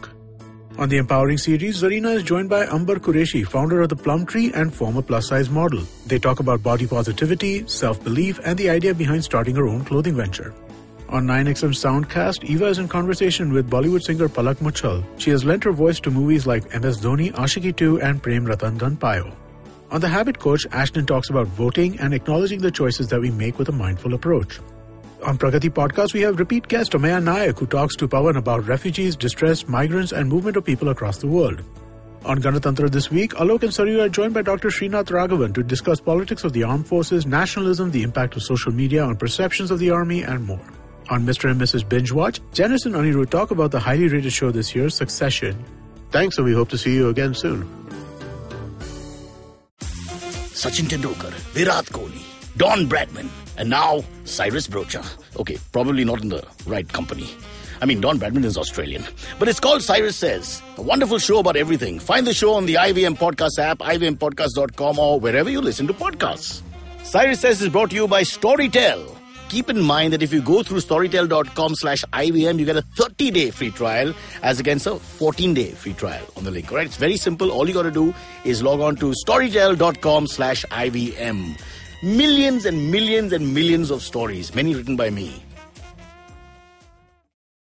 S7: On the Empowering series, Zarina is joined by Amber Qureshi, founder of The Plum Tree and former plus size model. They talk about body positivity, self belief, and the idea behind starting her own clothing venture. On 9XM Soundcast, Eva is in conversation with Bollywood singer Palak Muchal. She has lent her voice to movies like MS Dhoni, Ashiki 2, and Prem Ratan Dhanpayo. On The Habit Coach, Ashton talks about voting and acknowledging the choices that we make with a mindful approach. On Pragati Podcast, we have repeat guest Omaya Nayak, who talks to Pawan about refugees, distress, migrants, and movement of people across the world. On Ganatantra this week, Alok and Saryu are joined by Dr. Srinath Raghavan to discuss politics of the armed forces, nationalism, the impact of social media on perceptions of the army, and more. On Mr. and Mrs. Binge Watch, Janice and Anirudh talk about the highly rated show this year, Succession. Thanks, and we hope to see you again soon.
S8: Sachin Tendulkar, Virat Kohli, Don Bradman, and now Cyrus Brocha. Okay, probably not in the right company. I mean, Don Bradman is Australian, but it's called Cyrus Says. A wonderful show about everything. Find the show on the IVM Podcast app, ivmpodcast.com, or wherever you listen to podcasts. Cyrus Says is brought to you by Storytel. Keep in mind that if you go through storytel.com slash IVM, you get a 30 day free trial as against a 14 day free trial on the link. All right, it's very simple. All you got to do is log on to storytel.com slash IVM. Millions and millions and millions of stories, many written by me.